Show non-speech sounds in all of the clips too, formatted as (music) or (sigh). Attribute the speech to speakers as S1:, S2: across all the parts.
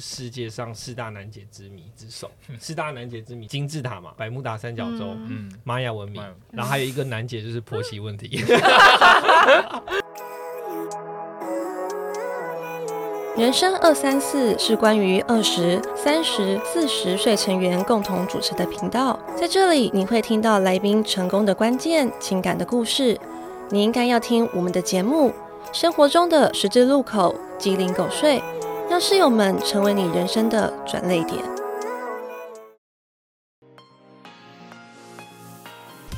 S1: 世界上四大难解之谜之首，四大难解之谜，金字塔嘛，百慕达三角洲，
S2: 嗯，
S1: 玛雅文明
S2: 玛雅文，
S1: 然后还有一个难解就是婆媳问题。 (laughs)
S3: 人生二三四是关于二十三十四十岁成员共同主持的频道，在这里你会听到来宾成功的关键、情感的故事。你应该要听我们的节目，生活中的十字路口、鸡零狗碎，让室友们成为你人生的转泪点。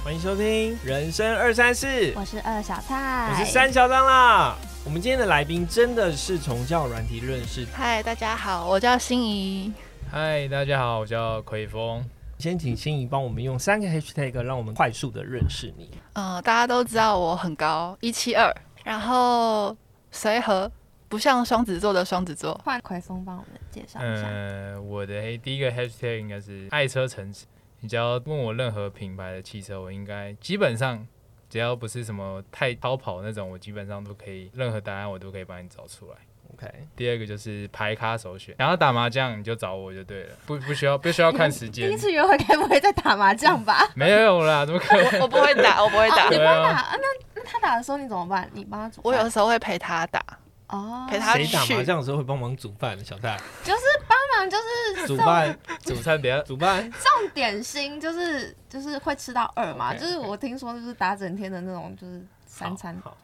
S1: 欢迎收听《人生二三四》，
S4: 我是二小菜，
S1: 我是三小张啦。我们今天的来宾真的是从教软体认识。
S5: 嗨，大家好，我叫心怡。
S2: 嗨，大家好，我叫奎峰。
S1: 先请心怡帮我们用三个 hashtag 让我们快速的认识你。
S5: 嗯、大家都知道我很高，一七二，然后随和，不像双子座的双子座。
S4: 换奎峰帮我们介绍一下。
S1: 呃
S2: 嗯、我的黑第一个 hashtag 应该是爱车城市。你只要问我任何品牌的汽车，我应该基本上只要不是什么太超跑那种，我基本上都可以，任何答案我都可以帮你找出来。
S1: OK，
S2: 第二个就是牌咖首选，想要打麻将你就找我就对了，不不需要不需要看时
S4: 第
S2: (laughs) 间
S4: 一，次约会该不会在打麻将吧？
S2: 没有啦，怎么 (laughs) 可能？
S5: (laughs) 我不会打，我不会
S1: 嗯
S5: 打
S4: 哦、你。不
S2: 对
S4: 会
S2: 啊
S4: 打、啊？那那他打的时候你怎么办？你帮他煮饭？
S5: (laughs) 我有时候会陪他打，
S4: 哦，
S5: 陪他
S1: 谁打麻
S5: 去。
S1: 将的时候会帮忙煮饭？小蔡，
S4: 就是帮忙，就是
S1: 煮
S4: 送
S1: 饭，
S2: (laughs) 主餐等下
S1: 煮饭。
S4: 送点心，就是就是会吃到饿嘛。
S2: OK，OK
S4: 就是我听说就是打整天的那种，就是三餐。
S1: 好好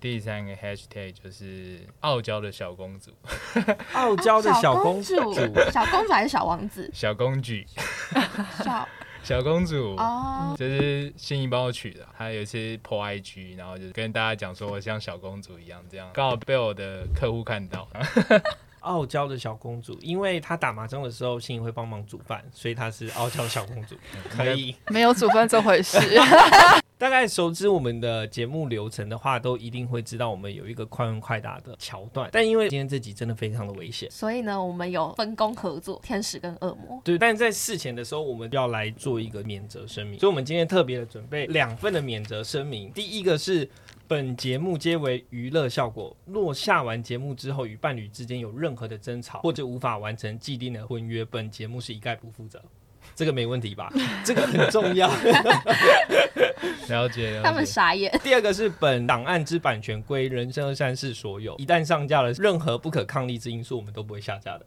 S2: 第三个 hashtag 就是傲娇的小公主、
S1: 傲娇的
S4: 啊小
S1: 公主，
S4: 主，小公主还是小王子？
S2: 小公举、
S4: 小
S2: 小公主。
S4: 哦，
S2: 这是心仪帮我取的，她有一次 po IG，然后就跟大家讲说我像小公主一样这样，刚好被我的客户看到。 (laughs)
S1: 傲娇的小公主，因为她打麻将的时候，心怡会帮忙煮饭，所以她是傲娇的小公主。可以，
S5: 没有煮饭这回 (laughs) 事。
S1: 大概熟知我们的节目流程的话，都一定会知道我们有一个快问快答的桥段。但因为今天这集真的非常的危险，
S4: 所以呢，我们有分工合作，天使跟恶魔。
S1: 对，但在事前的时候，我们要来做一个免责声明，所以我们今天特别的准备两份的免责声明。第一个是本节目皆为娱乐效果，若下完节目之后与伴侣之间有任何的争吵或者无法完成既定的婚约，本节目是一概不负责。这个没问题吧？这个很重要。 (laughs)
S2: 了解
S4: 他们
S2: 了解，
S4: 傻眼，
S1: 第二个是本档案之版权归人生二三四所有，一旦上架了，任何不可抗力之因素我们都不会下架的。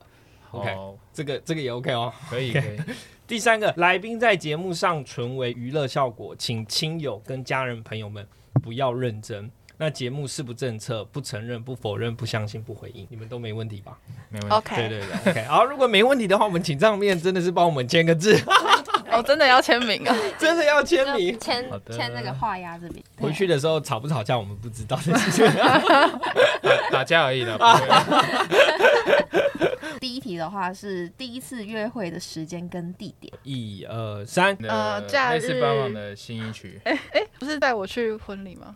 S1: OK，、
S2: 哦，
S1: 这个这个也 OK 哦。
S2: 可以可以，
S1: 第三个，来宾在节目上纯为娱乐效果，请亲友跟家人朋友们不要认真。那节目是不政策，不承认、不否认、不相信、不回应，你们都没问题吧？
S2: 没问题。
S1: 对
S5: OK，
S1: 对对，OK。好，如果没问题的话，我们请上面真的是帮我们签个字， (laughs)
S5: 我真的要签名啊！
S1: 真的要签
S4: 就 (laughs)
S1: 名。
S4: 签
S2: 好的
S4: 签那个画押这边。
S1: 回去的时候吵不吵架我们不知道，
S2: 打打架而已啦，不会。
S4: 第一题的话是第一次约会的时间跟地点，
S1: 一二三，
S2: 呃
S5: 呃假
S2: 类
S5: 日
S2: 似帮忙的新一曲，
S5: 不是带我去婚礼吗？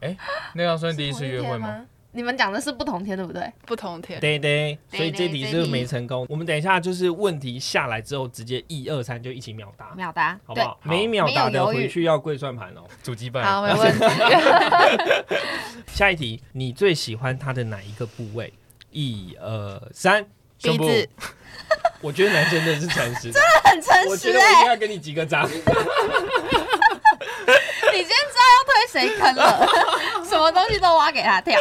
S2: 那要算第一次约会吗？？
S4: 你们讲的是不同天，对不对？
S5: 不同天。
S1: 对对，
S4: 对
S1: 所以这题
S4: 对
S1: 是
S4: 这题
S1: 没成功。我们等一下就是问题下来之后，直接一二三就一起秒答，
S4: 秒答，
S1: 好不
S4: 对，
S1: 好？
S2: 对
S1: 每秒答
S4: 没
S1: 的
S4: 有犹豫
S1: 回去要跪算盘哦。
S2: 主机版。
S5: 好，没问题。
S1: 下一题，你最喜欢他的哪一个部位？一二三，
S5: 鼻
S2: 胸部
S5: 子，
S1: 我觉得男生真的是诚实的，
S4: 很诚
S1: 我觉
S4: 实
S1: 得我一
S4: 哎、
S1: 定要给你几个掌。
S4: 你今天知道要推谁坑 (laughs) 了，什么东西都挖给他 (laughs) 跳。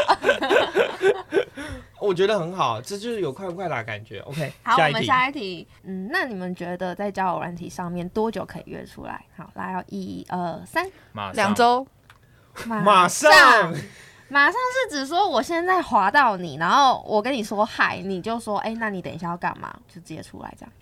S1: 我觉得很好，这就是有快不快打感觉。OK，
S4: 好，
S1: 下
S4: 我
S1: 一
S4: 们
S1: 题，
S4: 下一题，嗯，那你们觉得在交友软体上面多久可以约出来？好，来哦，一二三，
S2: 马上
S5: 两周。
S1: 马上
S4: 马上是指说我现在滑到你，然后我跟你说嗨，你就说哎、那你等一下要干嘛？就直接出来这样。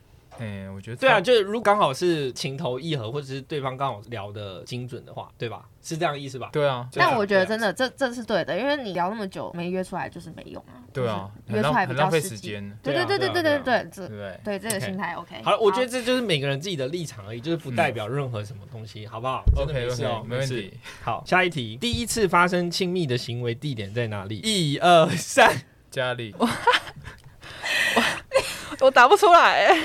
S2: 嗯，我觉得
S1: 对啊，就是如果刚好是情投意合，或者是对方刚好聊的精准的话，对吧？是这样的意思吧？
S2: 对啊，
S1: 对啊
S4: 但我觉得
S1: 对啊
S4: 真的这这是对的，因为你聊那么久没约出来就是没用啊。
S2: 对啊，
S4: 就是约
S2: 很浪
S4: 出来比
S2: 很浪
S4: 较
S2: 费
S4: 实
S2: 时
S4: 际。
S2: 间，
S4: 对
S1: 对啊
S4: 对对
S2: 对啊对
S4: 对对
S2: 啊
S4: 对，
S2: 对不
S4: 这
S2: 对？
S4: 对这个
S1: OK
S4: 心态 OK。
S1: 好了，我觉得这就是每个人自己的立场而已，就是不代表任何什么东西，好不好真的
S2: OK
S1: 没事哦
S2: OK，没问
S1: 事
S2: 题。
S1: 好，下一题，第一次发生亲密的行为地点在哪里？一二三， (laughs)
S2: 家里
S5: 我答不出来。哎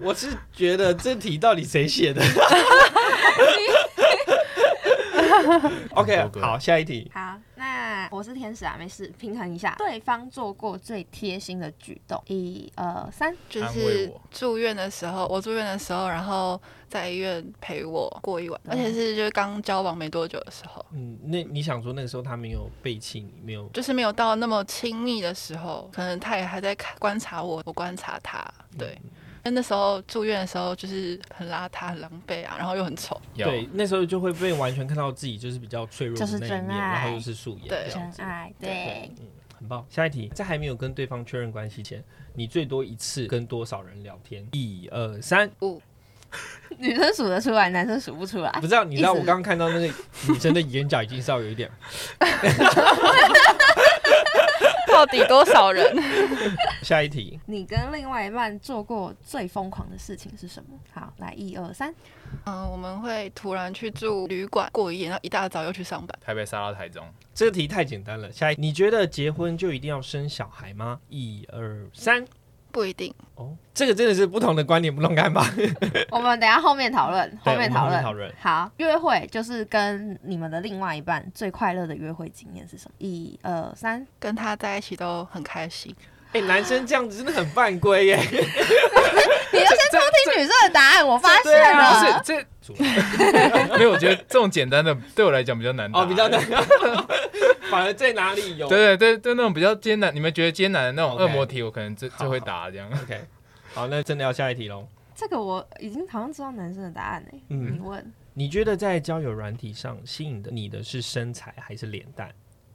S1: 我是觉得这题到底谁写 (laughs) 的？OK，好，下一题。
S4: 好，那我是天使啊，没事，平衡一下。对方做过最贴心的举动，一二三，
S5: 就
S2: 安慰
S5: 是
S2: 我
S5: 住院的时候，我住院的时候，然后在医院陪我过一晚，
S4: 嗯
S5: 而且是就是刚交往没多久的时候，
S1: 嗯，那你想说那个时候他没有背弃你，没有
S5: 就是没有到那么亲密的时候，可能他也还在看观察我，我观察他，对。那那时候住院的时候就是很邋遢、很狼狈啊，然后又很丑，
S2: 要
S1: 对，那时候就会被完全看到自己就是比较脆弱的
S4: 就是
S1: 那一
S4: 真
S1: 面，
S4: 爱
S1: 然后又是素颜，
S5: 对
S1: 这样
S4: 真
S1: 子嗯
S4: 爱，对 (laughs)
S5: 对，
S1: 很棒。下一题，在还没有跟对方确认关系前，你最多一次跟多少人聊天？一二三，
S4: 女生数得出来，男生数不出来
S1: 不。知道你知道
S4: 哎意
S1: 我
S4: 思
S1: 刚刚看到那个女生的眼角已经稍微有一点， (laughs)
S5: 到底多少人？
S1: 下一题，
S4: 你跟另外一半做过最疯狂的事情是什么？好，来一二三，
S5: 嗯，我们会突然去住旅馆过一夜，然后一大早又去上班。
S2: 台北杀到台中，
S1: 这个题太简单了。下一，你觉得结婚就一定要生小孩吗？一二三，
S5: 不一定，
S1: 哦，这个真的是不同的观点，不同看法。
S4: 我们等一下后面讨论，
S1: 对
S4: 后面
S1: 我们后
S4: 讨
S1: 面
S4: 论，
S1: 讨论
S4: 好，约会就是跟你们的另外一半最快乐的约会经验是什么？一二三，
S5: 跟他在一起都很开心。
S1: (laughs) 哎、男生这样子真的很犯规耶！
S4: 你要先偷听女生的答案，我发现
S1: 对啊
S4: 了
S2: 不。是这 (laughs) 没有，我觉得这种简单的对我来讲比较难答 (laughs)
S1: 哦，比较难， (laughs) 反而在哪里有？
S2: 对对对对，那种比较艰难，你们觉得艰难的那种
S1: OK
S2: 恶魔题，我可能就就会答这样。
S1: ，OK，好，那真的要下一题喽。
S4: 这个我已经好像知道男生的答案诶、
S1: 嗯
S4: 你问
S1: 你觉得在交友软体上吸引的你的是身材还是脸蛋？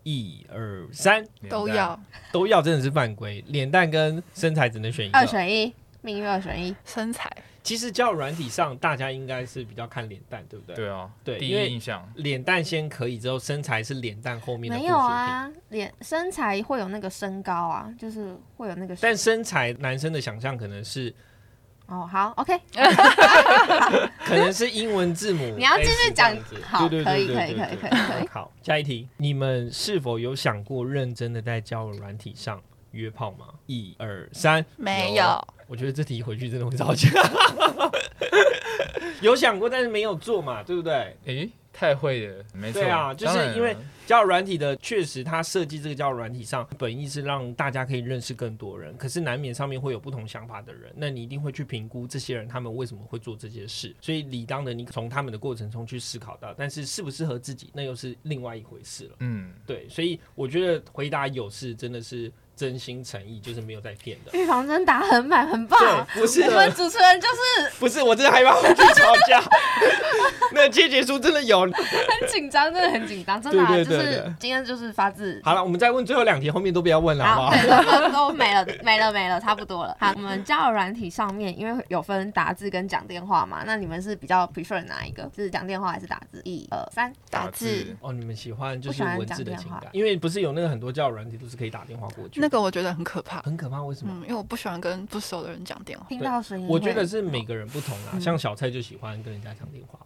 S1: 一二三，
S5: 都要
S1: 都要真的是犯规，脸蛋跟身材只能选一
S4: 二
S1: 个。
S4: 选一，命运二选一。
S5: 身材，
S1: 其实交友软体上大家应该是比较看脸蛋，对不对？，
S2: 对啊，
S1: 对
S2: 第
S1: 因为
S2: 一印象
S1: 脸蛋先可以，之后身材是脸蛋后面的
S4: 没
S1: 附
S4: 有
S1: 属品。
S4: 啊，脸身材会有那个身高啊，就是会有那个身。
S1: 但身材，男生的想象可能是
S4: 哦，好，OK，
S1: 可能是英文字母 S 这样子。
S4: (laughs) 你要继续讲，好，
S1: 对对
S4: 可以，
S1: 对
S4: 可以，
S1: 对对
S4: 可以，可以，
S1: 对
S4: 可以。
S1: (laughs) 好，下一题，你们是否有想过认真的在交友软体上约炮吗？一二三，啊
S5: 没有。
S1: 我觉得这题回去真的会吵架。 (laughs) 有想过，但是没有做嘛，对不对？
S2: 诶，太会了，没错
S1: 对啊就是
S2: 当然了
S1: 因为交友软体的确实，它设计这个交友软体上本意是让大家可以认识更多人，可是难免上面会有不同想法的人，那你一定会去评估这些人他们为什么会做这些事，所以理当的你从他们的过程中去思考到，但是适不适合自己，那又是另外一回事了。
S2: 嗯，
S1: 对，所以我觉得回答有是真的是真心诚意，就是没有在骗的。
S4: 预防针打很满，很棒。
S1: 对，不是
S4: 我们主持人就是 (laughs)
S1: 不是，我真的害怕会去吵架。那切结书真的有。
S4: 很紧张，真的很紧张，真的啊、
S1: 对对
S4: 就
S1: 对
S4: 是
S1: 对
S4: 今天就是发自
S1: 好了，我们再问最后两题，后面都不要问了，好不
S4: 好，
S1: 好？
S4: 对，都 (laughs) 都没了，没了，没了，差不多了。好，我们交友软体上面，因为有分打字跟讲电话嘛，那你们是比较 prefer 哪一个？就是讲电话还是打字？一二三，
S5: 打字，
S1: 哦，你们喜欢就
S4: 不
S1: 是
S4: 喜欢
S1: 文
S4: 讲
S1: 字的
S4: 电
S1: 情
S4: 话
S1: 感，因为不是有那个很多交友软体都是可以打电话过去，
S5: 那个我觉得很可怕。
S1: 很可怕。为什么？
S5: 嗯，因为我不喜欢跟不熟的人讲电话。
S4: 听到声音会，
S1: 我觉得是每个人不同啦，
S5: 嗯
S1: 像小蔡就喜欢跟人家讲电话，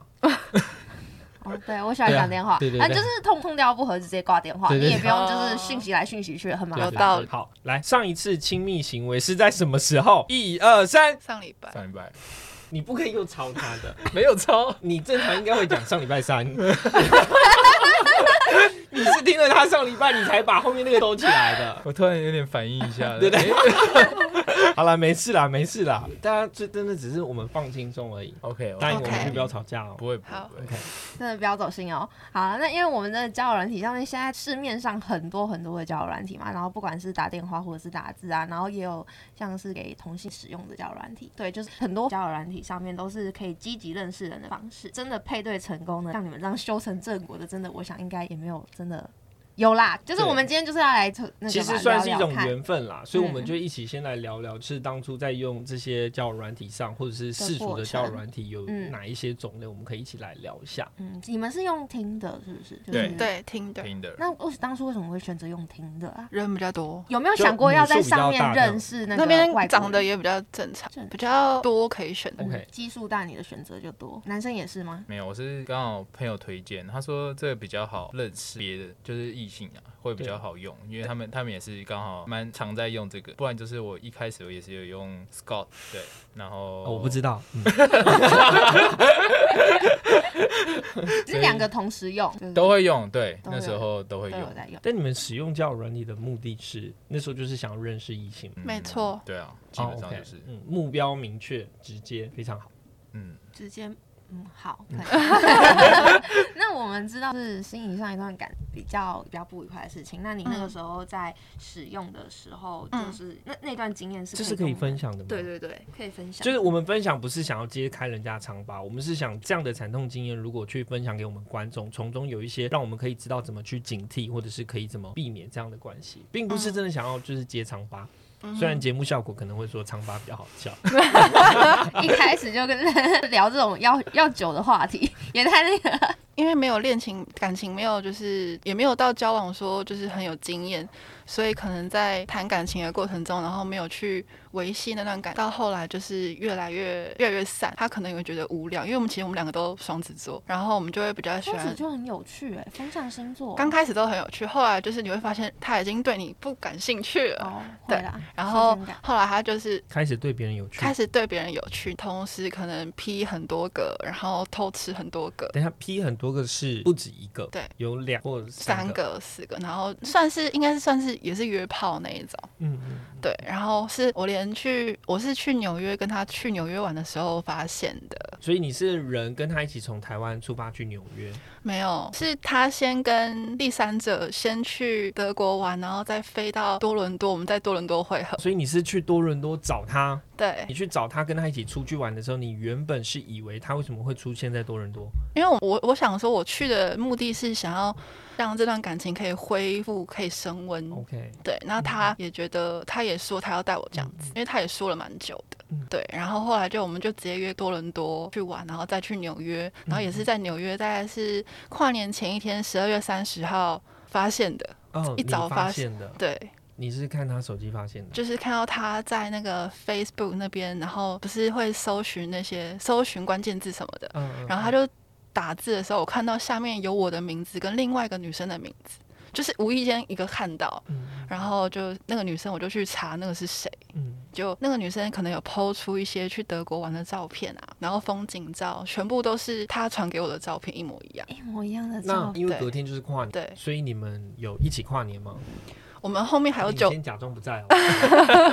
S4: 哦，对我喜欢讲电话，
S1: 对啊对对
S4: 但
S1: 对
S4: 就是通通调不合直接挂电话，
S1: 对对
S4: 你也不用
S5: 对
S4: 就是讯息来讯息去，很麻
S1: 对啊
S5: 有
S1: 对
S4: 烦。
S5: 道
S1: 对
S5: 理
S1: 好，来，上一次亲密行为是在什么时候？一二三，
S5: 上礼拜
S2: 上礼拜
S1: 你不可以又抄他的，
S2: 没有超，
S1: 你正常应该会讲上礼拜三。 (laughs) 你是听了他上礼拜，你才把后面那个兜起来的。
S2: 我突然有点反应一
S1: (laughs)
S2: 下，
S1: 对对
S2: 诶
S1: (laughs) 好了，没事啦，没事啦，大家这真的只是我们放轻松而已。
S2: ，OK，
S1: 答应我们
S5: OK
S1: 就不要吵架哦。
S2: 不会不
S5: 好
S2: 会，
S4: 真的不要走心哦。好，那因为我们的交友软体上面，现在市面上很多很多的交友软体嘛，然后不管是打电话或者是打字啊，然后也有像是给同性使用的交友软体，对，就是很多交友软体上面都是可以积极认识人的方式。真的配对成功的，像你们这样修成正果的，真的我想应该也没有真的。有啦，就是
S1: 对
S4: 我们今天就是要来测那个
S1: 其
S4: 吧
S1: 实算是一
S4: 聊
S1: 种
S4: 聊看
S1: 缘分啦，所以我们
S4: 嗯
S1: 就一起先来聊聊，是当初在用这些交友软体上，或者是世俗的交友软体有
S4: 嗯
S1: 哪一些种类，我们可以一起来聊一下。
S4: 嗯，你们是用听的，是不是？就是
S2: 对。
S5: 对听的
S2: 听的。
S4: 那我当初为什么会选择用听的啊？
S5: 人比较多，
S4: 有没有想过要在上面
S1: 就母数比较大
S4: 认识那个
S5: 那边
S4: 外国人
S5: 长得也比较正常
S4: 正，
S5: 比较多可以选的。
S1: OK
S4: 基数大，你的选择就多。男生也是吗？
S2: 没有，我是刚好朋友推荐，他说这个比较好认识别的，就是异异性啊，会比较好用，因为他们他们也是刚好蛮常在用这个，不然就是我一开始我也是有用 Scott，对，然后、
S1: 哦我不知道，嗯
S4: 是两个同时用，就是
S2: 都会用，对，
S4: 都会
S2: 那时候都会
S4: 都
S2: 用
S4: 有，在用。
S1: (laughs) 但你们使用交友软体的目的是那时候就是想要认识异性吗，
S2: 嗯
S5: 没错
S2: 对啊，基本
S1: 哦
S2: 上
S1: ，OK，
S2: 就是，
S1: 嗯，目标明确、直接，非常好。
S2: 嗯，
S4: 直接，嗯，好，可以。
S1: (laughs)
S4: 那我们知道是心仪上一段感比较比较不愉快的事情，那你那个时候在使用的时候，
S5: 嗯
S4: 就是、那那段经验是
S1: 这是可以
S4: 跟我们
S1: 分享的吗？
S4: 对对对，可以分享，
S1: 就是我们分享不是想要揭开人家的疮疤，我们是想这样的惨痛经验，如果去分享给我们观众，从中有一些让我们可以知道怎么去警惕，或者是可以怎么避免这样的关系，并不是
S5: 嗯
S1: 真的想要就是揭疮疤。虽然节目效果可能会说疮疤比较好
S5: (laughs)
S1: 笑，
S4: 一开始就跟 (laughs) 聊这种要要酒的话题，也太那个。
S5: 因为没有恋情感情，没有就是也没有到交往说就是很有经验，所以可能在谈感情的过程中，然后没有去维系那段感，到后来就是越来越越来越散。他可能也会觉得无聊，因为我们其实我们两个都双子座，然后我们就会比较喜
S4: 双子
S5: 欢。
S4: 就很有趣哎、风象星座。
S5: 刚开始都很有趣，后来就是你会发现他已经对你不感兴趣了，
S4: 哦，
S5: 对
S4: 会啦，
S5: 然后
S4: 新鲜感
S5: 后来他就是
S1: 开始对别人有趣。
S5: 开始对别人有趣，同时可能劈很多个，然后偷吃很多个，
S1: 等一下，P 很多个是不止一个，
S5: 对，
S1: 有两或
S5: 三
S1: 个，
S5: 个、四个，然后算是应该是算是也是约炮那一种，
S1: 嗯嗯，
S5: 对。然后是我连去我是去纽约跟他去纽约玩的时候发现的，
S1: 所以你是人跟他一起从台湾出发去纽约，
S5: 没有，是他先跟第三者先去德国玩，然后再飞到多伦多，我们在多伦多会合，
S1: 所以你是去多伦多找他，
S5: 对
S1: 你。去找他跟他一起出去玩的时候，你原本是以为他为什么会出现在多伦多？
S5: 因为我我想说，我去的目的是想要让这段感情可以恢复，可以升温。
S1: OK，
S5: 对，那
S1: 嗯
S5: 他也觉得，他也说他要带我这样子，因为他也说了蛮久的。
S1: 嗯
S5: 对，然后后来就我们就直接约多伦多去玩，然后再去纽约，然后也
S1: 嗯
S5: 是在纽约，大概是跨年前一天，十二月三十号发现的。
S1: 哦，
S5: 一
S1: 你
S5: 早
S1: 发
S5: 发
S1: 现的，
S5: 对，
S1: 你是看他手机发现的。
S5: 就是看到他在那个 Facebook 那边，然后不是会搜寻那些搜寻关键字什么的，
S1: 嗯，嗯
S5: 然后他就打字的时候，我看到下面有我的名字跟另外一个女生的名字，就是无意间一个看到，
S1: 嗯
S5: 然后就那个女生我就去查那个是谁。
S1: 嗯，
S5: 就那个女生可能有抛出一些去德国玩的照片啊，然后风景照，全部都是她传给我的照片一模一样。
S4: 一模一样的
S1: 那
S4: 照片，
S1: 因为
S5: 对
S1: 隔天就是跨年，
S5: 对
S1: 所以你们有一起跨年吗？
S5: 我们后面还有
S1: 你
S5: 九，
S1: 先假装不在哦。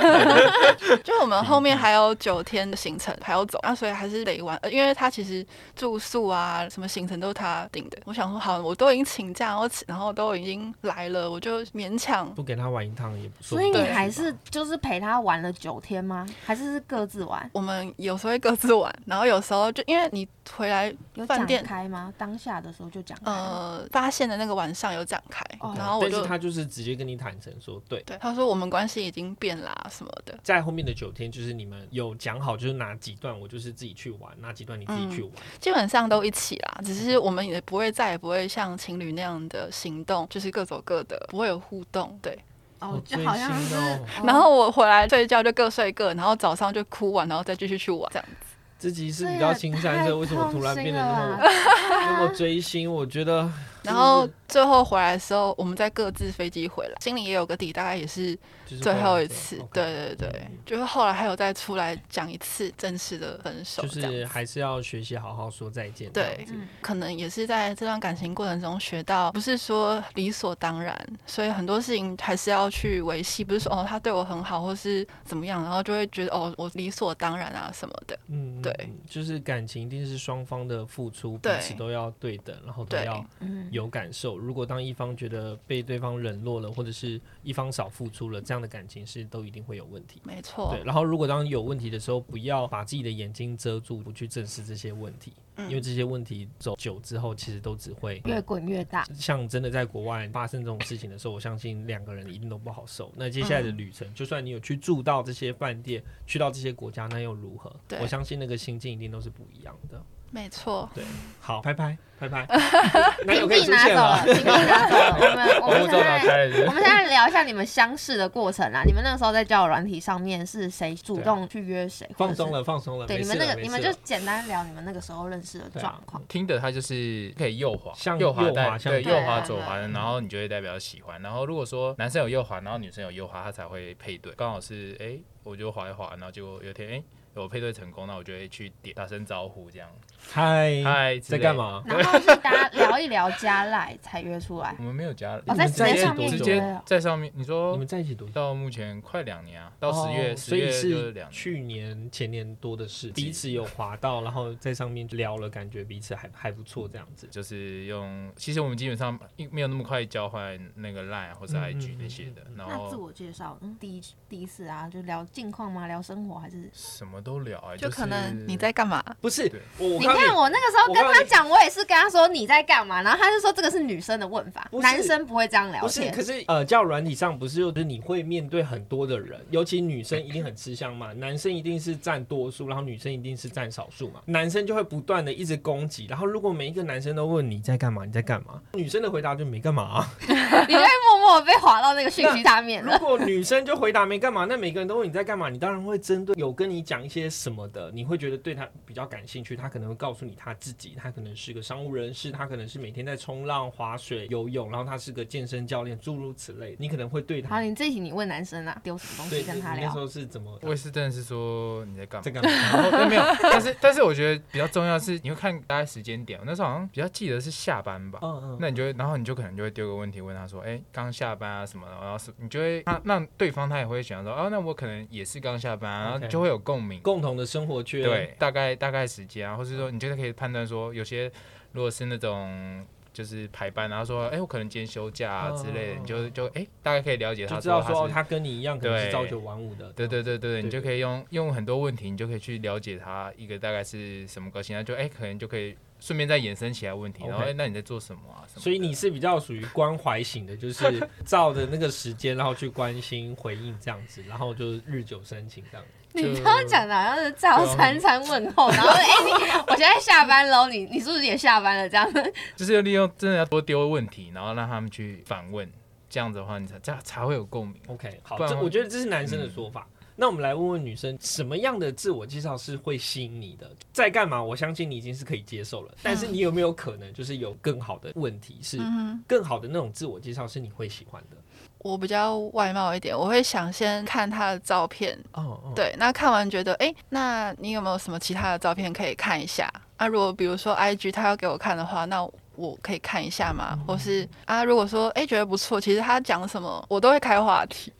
S5: (laughs) 就我们后面还有九天的行程还要走，那所以还是得玩，呃因为她其实住宿啊什么行程都是她定的。我想说好，我都已经请假，然后然后都已经来了，我就勉强
S1: 不给他玩一趟也不错。
S4: 所以你
S5: 对
S4: 还是就是陪他玩了九天吗？还是是各自玩？
S5: 我们有时候会各自玩，然后有时候就因为你回来
S4: 有
S5: 饭
S4: 讲
S5: 店，
S4: 开吗？当下的时候就讲开哦吗。
S5: 呃，发现的那个晚上有展开，
S4: 哦
S5: 然后我
S1: 但
S5: 就是
S1: 他就是直接跟你坦诚说，对，
S5: 对他说我们关系已经变啦、什么的。
S1: 在后面的九天，就是你们有讲好，就是哪几段我就是自己去玩，哪几段你自己去玩。
S5: 基本上都一起啦，只是我们也不会再也不会像情侣那样的行动，就是各走各的，不会有互动。对，
S1: 我
S4: 哦，就
S1: 最
S4: 好像
S1: 新
S4: 是
S1: 的哦，
S5: 然后我回来睡觉就各睡各，然后早上就哭完，然后再继续去玩这样子。
S1: 这集是比较新三色，为什么突然变得那么
S4: 么？
S1: 那么追星？我觉得
S5: 然后最后回来的时候，我们再各自飞机回来，心里也有个底，大概也是
S1: 就是
S5: 最后
S1: 来
S5: 一
S1: 的
S5: 次。
S1: OK 嗯
S5: 对对对，就是后来还有再出来讲一次正式的分手，
S1: 就
S5: 这样
S1: 是
S5: 子。
S1: 还是要学习好好说再见。
S5: 对
S1: 这样子
S4: 嗯，
S5: 可能也是在这段感情过程中学到，不是说理所当然，所以很多事情还是要去维系，不是说哦他对我很好或是怎么样，然后就会觉得哦我理所当然啊什么的。
S1: 嗯，嗯
S5: 对
S1: 嗯就是感情一定是双方的付出，彼
S5: 对
S1: 此都要对等，然后都
S5: 对
S1: 要
S4: 嗯，
S1: 有感受。如果当一方觉得被对方冷落了，或者是一方少付出了，这样的感情是都一定会有问题。
S5: 没错
S1: 对，，然后如果当有问题的时候，不要把自己的眼睛遮住，不去正视这些问题，因为
S5: 嗯
S1: 这些问题走久之后，其实都只会
S4: 越滚越大。
S1: 像真的在国外发生这种事情的时候，我相信两个人一定都不好受。那接下
S4: 嗯
S1: 来的旅程，就算你有去住到这些饭店，去到这些国家，那又如何？
S5: 对
S1: 我相信那个心境一定都是不一样的。
S5: 没错，
S4: (laughs)
S1: 好，拍拍拍拍，男
S4: 屏
S1: 友可以
S4: 蔽
S1: 出
S4: 拿
S1: 现
S4: 走了，
S1: 了。
S4: 屏蔽拿走了。
S1: (laughs)
S4: 我们我
S2: 我
S4: 们
S2: 步骤
S4: 现
S2: 打
S4: 在
S2: 开了是
S4: 我
S2: 不是，
S4: 们现在聊一下你们相识的过程啊啦。你们那个时候在交友软体上面是谁主动去约谁？
S1: 啊放松
S4: 了。
S1: 了，放松了，
S4: 对，
S1: 没事
S4: 你们
S1: 了
S4: 那个
S1: 没
S4: 你
S1: 事
S4: 们就
S1: 了啊
S4: 简单聊你们那个时候认识的状况。
S2: 听的它就是可以右滑，
S1: 向
S2: 右滑
S1: 右滑
S2: 带
S1: 向
S2: 对
S1: 左
S2: 右
S4: 滑
S2: 滑左滑
S4: 对
S2: 的，然后你就会代表喜欢。然后如果说男生有右滑，然后女生有右滑，他才会配对。刚好是哎、我就滑一滑，然后结果有一天哎、我配对成功，那我就会去点打声招呼这样。
S1: 嗨，
S2: 嗨，之
S1: 在
S2: 类
S1: 干？嘛？
S4: 然后是大家聊一聊加赖才约出来
S2: 我。们没有加，
S4: 哦
S1: 在直接上面
S2: 直
S4: 约
S2: 接
S4: 哦
S2: 在上面。你说
S1: 你们在一起多久？
S2: 到目前快两年啊，到十
S1: 哦
S2: 月，
S1: 所
S2: 十
S1: 以
S2: 月就是
S1: 是
S2: 两年。
S1: 去年前年多的事，彼此有滑到，然后在上面聊了，感觉彼此还还不错这样子。
S2: 就是用，其实我们基本上没有那么快交换那个 Line 啊或者
S1: 嗯嗯
S2: IG
S1: 嗯
S2: 那些的，然
S4: (laughs) 那自
S2: 后
S4: 我介绍，嗯，第一第一次啊，就聊近况吗？聊生活还是？
S2: 什么都聊啊，
S5: 就可能
S2: 是
S5: 你在干嘛？
S1: 不是
S2: 对
S1: 我，我
S4: 你
S1: 告诉
S4: 看我那个时候
S1: 我
S4: 跟
S1: 告诉
S4: 他
S1: 你
S4: 讲，我也是跟他说你在干嘛，然后他就说这个是女生的问法，
S1: 不是
S4: 男生不会这样聊
S1: 不是，
S4: 天
S1: 可。是呃，交友软体上不是就是你会面对很多的人，尤其女生一定很吃香嘛， (laughs) 男生一定是占多数，然后女生一定是占少数嘛，男生就会不断的一直攻击，然后如果每一个男生都问你在干嘛，你在干嘛，女生的回答就没干嘛啊、
S4: 你会默默被划到那个讯息下面
S1: 如
S4: 了。
S1: 果女生就回答没干嘛，那每个人都问你在干嘛，你当然会针对有跟你讲一些什么的，你会觉得对他比较感兴趣，他可能会告诉你他自己，他可能是个商务人士，他可能是每天在冲浪、划水、游泳，然后他是个健身教练，诸如此类，你可能会对
S4: 好，
S1: 他。
S4: 你这一题你问男生啊，丢什么东
S1: 对，
S4: 西跟他
S1: 你那时
S4: 聊？
S1: 候是怎么
S2: 我也是真的是说你在干嘛
S1: 在？干嘛？
S2: 然后但没有，但是但是我觉得比较重要的是，你会看大概时间点。我那时候好像比较记得是下班吧，
S1: 嗯嗯，
S2: 那你就会，然后你就可能就会丢个问题问他说，哎、刚下班啊什么的，然后是你就会他让对方他也会想说，哦，那我可能也是刚下班、啊，然
S1: OK
S2: 后就会有共鸣。
S1: 共同的生活圈，
S2: 对，大概大概时间啊，或是说你觉得可以判断说，有些如果是那种就是排班，然后说，哎、我可能今天休假啊之类的，你就就哎、大概可以了解
S1: 哦就
S2: 他
S1: 知道
S2: 说
S1: 说
S2: 是
S1: 他跟你一样，可能是
S2: 对
S1: 朝九晚五的。
S2: 对对对对，
S1: 对
S2: 你就
S1: 对
S2: 可以用用很多问题，你就可以去了解他一个大概是什么个性，那就哎、可能就可以顺便再衍生其他问题，然后
S1: OK
S2: 哎、那你在做什么啊？什么
S1: 所以你
S2: 的
S1: 是比较属于关怀型的，就是照着那个时间，然后去关心回应这样子，然后就日久生情这样子。
S4: 你
S2: 就
S4: 刚刚讲的好像是照
S1: 啊
S4: 三餐问候，然后哎、你我现在下班喽，你你是不是也下班了？这样
S2: 就是利用真的要多丢问题，然后让他们去反问，这样子的话，你才这样才会有共鸣。
S1: OK，好，
S2: 不然嗯
S1: 这
S2: 我
S1: 我觉得这是男生的说法。那我们来问问女生，什么样的自我介绍是会吸引你的？在干嘛？我相信你已经是可以接受
S4: 嗯
S1: 了，但是你有没有可能就是有更好的问题，是
S5: 嗯，
S1: 更好的那种自我介绍是你会喜欢的？
S4: 嗯
S5: 我比较外貌一点，我会想先看他的照片，
S1: 哦，哦，
S5: 对，那看完觉得，哎，那你有没有什么其他的照片可以看一下？啊，如果比如说 IG 他要给我看的话，那我可以看一下吗？或是啊，如果说哎觉得不错，其实他讲什么我都会开话题。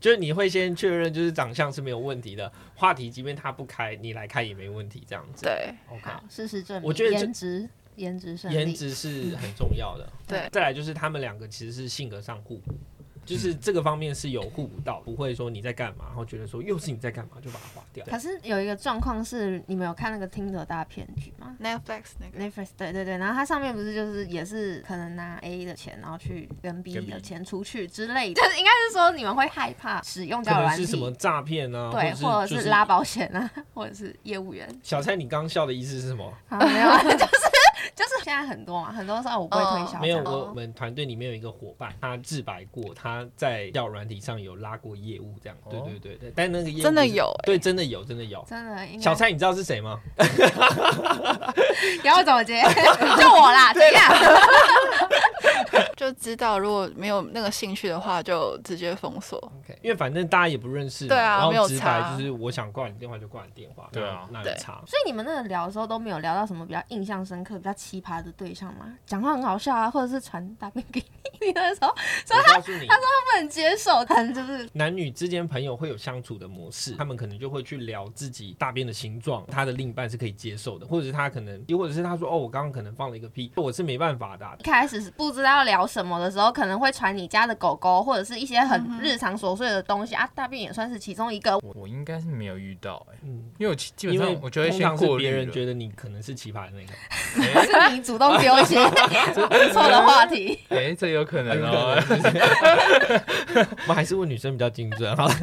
S1: 就是你会先确认就是长相是没有问题的，话题即便他不开，你来开也没问题这样子。
S5: 对，
S1: OK，
S4: 好，事实证明，
S1: 我觉得这
S4: 颜值颜值胜利，
S1: 颜值是很重要的。
S5: 对
S1: 再来就是他们两个其实是性格上互补，就是这个方面是有互补到，不会说你在干嘛，然后觉得说又是你在干嘛就把它划掉。
S4: 可是有一个状况是，你们有看那个听的大骗局吗
S5: Netflix 那个，
S4: ？Netflix 对对对，然后它上面不是就是也是可能拿 A 的钱，然后去跟 B
S2: 跟 B
S4: 的钱出去之类的，就是应该是说你们会害怕使用
S1: 可
S4: 交
S1: 能
S4: 友软
S1: 是什么
S4: 体，
S1: 诈骗啊，
S4: 对，
S1: 或
S4: 或
S1: 者
S4: 者
S1: 是
S4: 是拉。保险啊， (laughs) 或者是业务员，
S1: 小蔡，你刚笑的意思是什么？
S4: 啊没有啊， (laughs) 就是就是现在很多嘛，很多时候啊我不会推销，
S1: 没有，
S4: 这样
S1: 我们团队里面有一个伙伴，他自白过，他在交友软体上有拉过业务，这样。对
S2: 哦
S1: 对对对，但那个业务
S5: 真的
S1: 是
S5: 有
S1: 对，真的有，真的有。
S4: 真的应该
S1: 小蔡，你知道是谁吗？
S4: 然后怎么 (laughs) 接？就我啦，怎样？
S5: 就知道如果没有那个兴趣的话，就直接封锁。
S1: 因为反正大家也不认识嘛，
S5: 对啊
S1: 然
S5: 没
S1: 后
S5: 有
S1: 直白
S5: 差
S1: 就是我想挂你电话就挂你电话，
S2: 对啊
S1: 那那
S5: 对
S1: 有差。
S4: 所以你们那个聊的时候都没有聊到什么比较印象深刻、比较奇葩的对象吗？讲话很好笑啊，或者是传大便给你，你那时候
S1: 我告诉
S5: (laughs)
S1: 你，
S4: 不能接受，但就是
S1: 男女之间朋友会有相处的模式，他们可能就会去聊自己大便的形状，他的另一半是可以接受的，或者是他可能，又或者是他说哦，我刚刚可能放了一个屁，我是没办法的啊、
S4: 一开始是不知道聊什么的时候，可能会传你家的狗狗或者是一些
S5: 嗯
S4: 很
S5: 哼
S4: 日常琐碎的东西啊，大便也算是其中一个。
S2: 我我应该是没有遇到、欸，
S1: 嗯，
S2: 因为我基基本
S1: 因为
S2: 上我觉得
S1: 通
S2: 先
S1: 常是哦
S2: 过
S1: 别人觉
S2: 得
S1: 得你可能是奇葩的那个，
S4: 是你主动丢
S1: (laughs)
S4: 一些错的话题，
S2: 哎、欸这有可能
S1: 啊有可
S2: 哦、
S1: 能是不是 (laughs) 我们还是问女生比较精准好了。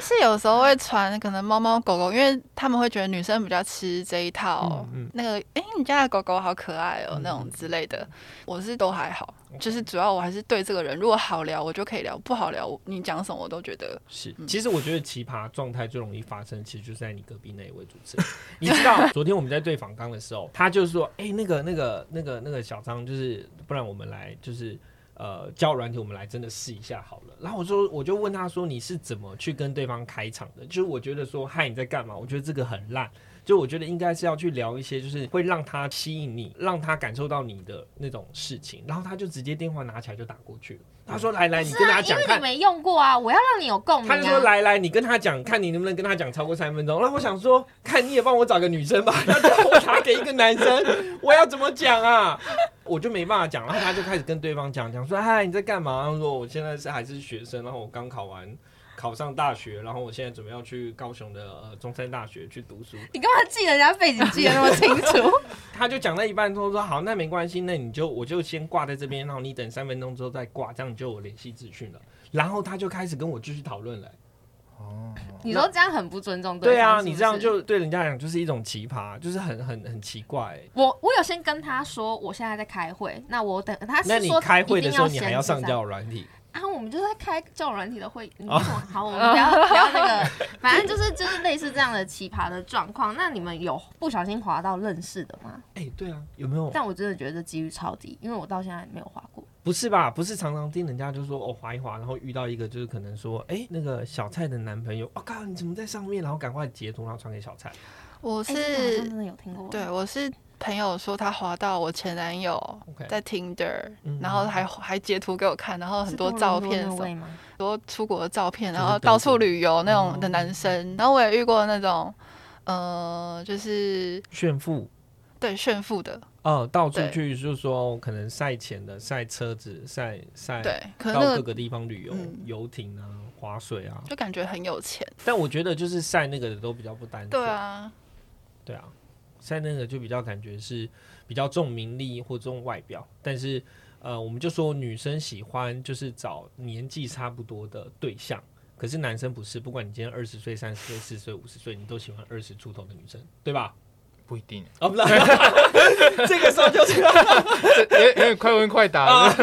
S5: 是有时候会传可能猫猫狗狗，因为他们会觉得女生比较吃这一套，
S1: 嗯嗯
S5: 那个哎、诶你家的狗狗好可爱哦、
S1: 嗯
S5: 那种之类的。我是都还好，
S4: 哦
S5: 就是主要我还是对这个人，如果好聊我就可以聊，不好聊我你讲什么我都觉得
S1: 是，
S5: 嗯
S1: 其实我觉得奇葩状态最容易发生，其实就是在你隔壁那一位主持人。你知道，昨天我们在对访纲的时候，他就说：“哎、那个、那个、那个、那个小张，就是不然我们来，就是呃，交友软体，我们来真的试一下好了。”然后我说，我就问他说：“你是怎么去跟对方开场的？”就是我觉得说：“嗨，你在干嘛？”我觉得这个很烂。就我觉得应该是要去聊一些，就是会让他吸引你，让他感受到你的那种事情，然后他就直接电话拿起来就打过去了。他说：“来来，你跟他
S4: 啊因
S1: 讲
S4: 为
S1: 看
S4: 你，没用过啊，我要让你有共鸣
S1: 他就说
S4: 啊。
S1: 来来，你跟他讲，看你能不能跟他讲超过三分钟。然后我想说，看你也帮我找个女生吧， (laughs) 要叫我打给一个男生， (laughs) 我要怎么讲啊？我就没办法讲，然后他就开始跟对方讲讲说，嗨，你在干嘛？他说我现在是还是学生，然后我刚考完。考上大学，然后我现在准备要去高雄的呃中山大学去读书。
S4: 你干嘛记人家背景记得那么清
S1: (laughs)
S4: 楚？
S1: 他就讲到一半之后说：“好，那没关系，那你就我就先挂在这边，然后你等三分钟之后再挂，这样你就有联系资讯了。”然后他就开始跟我继续讨论了、
S2: (laughs) 哦，
S4: 你说这样很不尊重
S1: 对啊，
S4: 方是不
S1: 你这样
S4: 是
S1: 就对人家来讲就是一种奇葩，就是很很很奇怪、欸。
S4: 我我有先跟他说我现在在开会，那我等他
S1: 那
S4: 是
S1: 你
S4: 说
S1: 开会的时候，
S4: 一
S1: 你
S4: 定
S1: 还
S4: 先
S1: 要上
S4: 是
S1: 交友软体，
S4: 啊，我们就在开交友软体的会，你
S1: 哦 (laughs)
S4: 懂吗好，我们不要不要那个，反正就是就是类似这样的奇葩的状况。那你们有不小心滑到认识的吗？
S1: 哎、对啊，有没有？
S4: 但我真的觉得这几率超低，因为我到现在没有滑过。
S1: 不是吧？不是常常听人家就说哦滑一滑，然后遇到一个就是可能说哎、那个小蔡的男朋友，我、靠你怎么在上面？然后赶快截图然后传给小蔡。
S5: 我
S4: 哎这个好像
S5: 是、
S4: 真的有听过，
S5: 对，我是朋友说他滑到我前男友
S1: OK
S5: 在 Tinder，、
S1: 嗯
S5: 然后还还截图给我看，然后很多照片什
S4: 是多伦
S5: 么
S4: 多那位吗？
S5: 很多出国的照片，
S1: 就是
S5: 然后
S1: 德国
S5: 到处旅游那种的男生，然后我也遇过那种，呃，就是
S1: 炫富
S5: 对炫富的，
S1: 哦，到处
S5: 对
S1: 去就是说哦可能晒钱的、晒车子、晒晒
S5: 对，可能
S1: 到
S5: 那
S1: 各
S5: 个
S1: 个地方旅游、
S5: 嗯
S1: 游艇啊、划水啊。
S5: 就感觉很有钱，
S1: 但我觉得就是晒那个的都比较不单纯。
S5: 对啊，
S1: 对啊，塞那个就比较感觉是比较重名利或重外表，但是呃，我们就说女生喜欢就是找年纪差不多的对象，可是男生不是，不管你今天二十岁、三十岁、四十岁、五十岁，你都喜欢二十出头的女生，对 (laughs) 吧？
S2: 不一定，
S1: 哦，不是，这个时候就是
S2: 有有点快问快答了。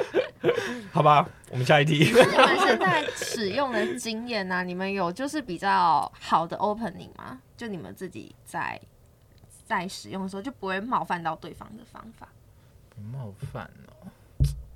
S1: (laughs) 好吧，我们下一题。
S4: 你们现在使用的经验呢、你们有就是比较好的 opening 吗？就你们自己在在使用的时候，就不会冒犯到对方的方法。
S2: 冒犯哦，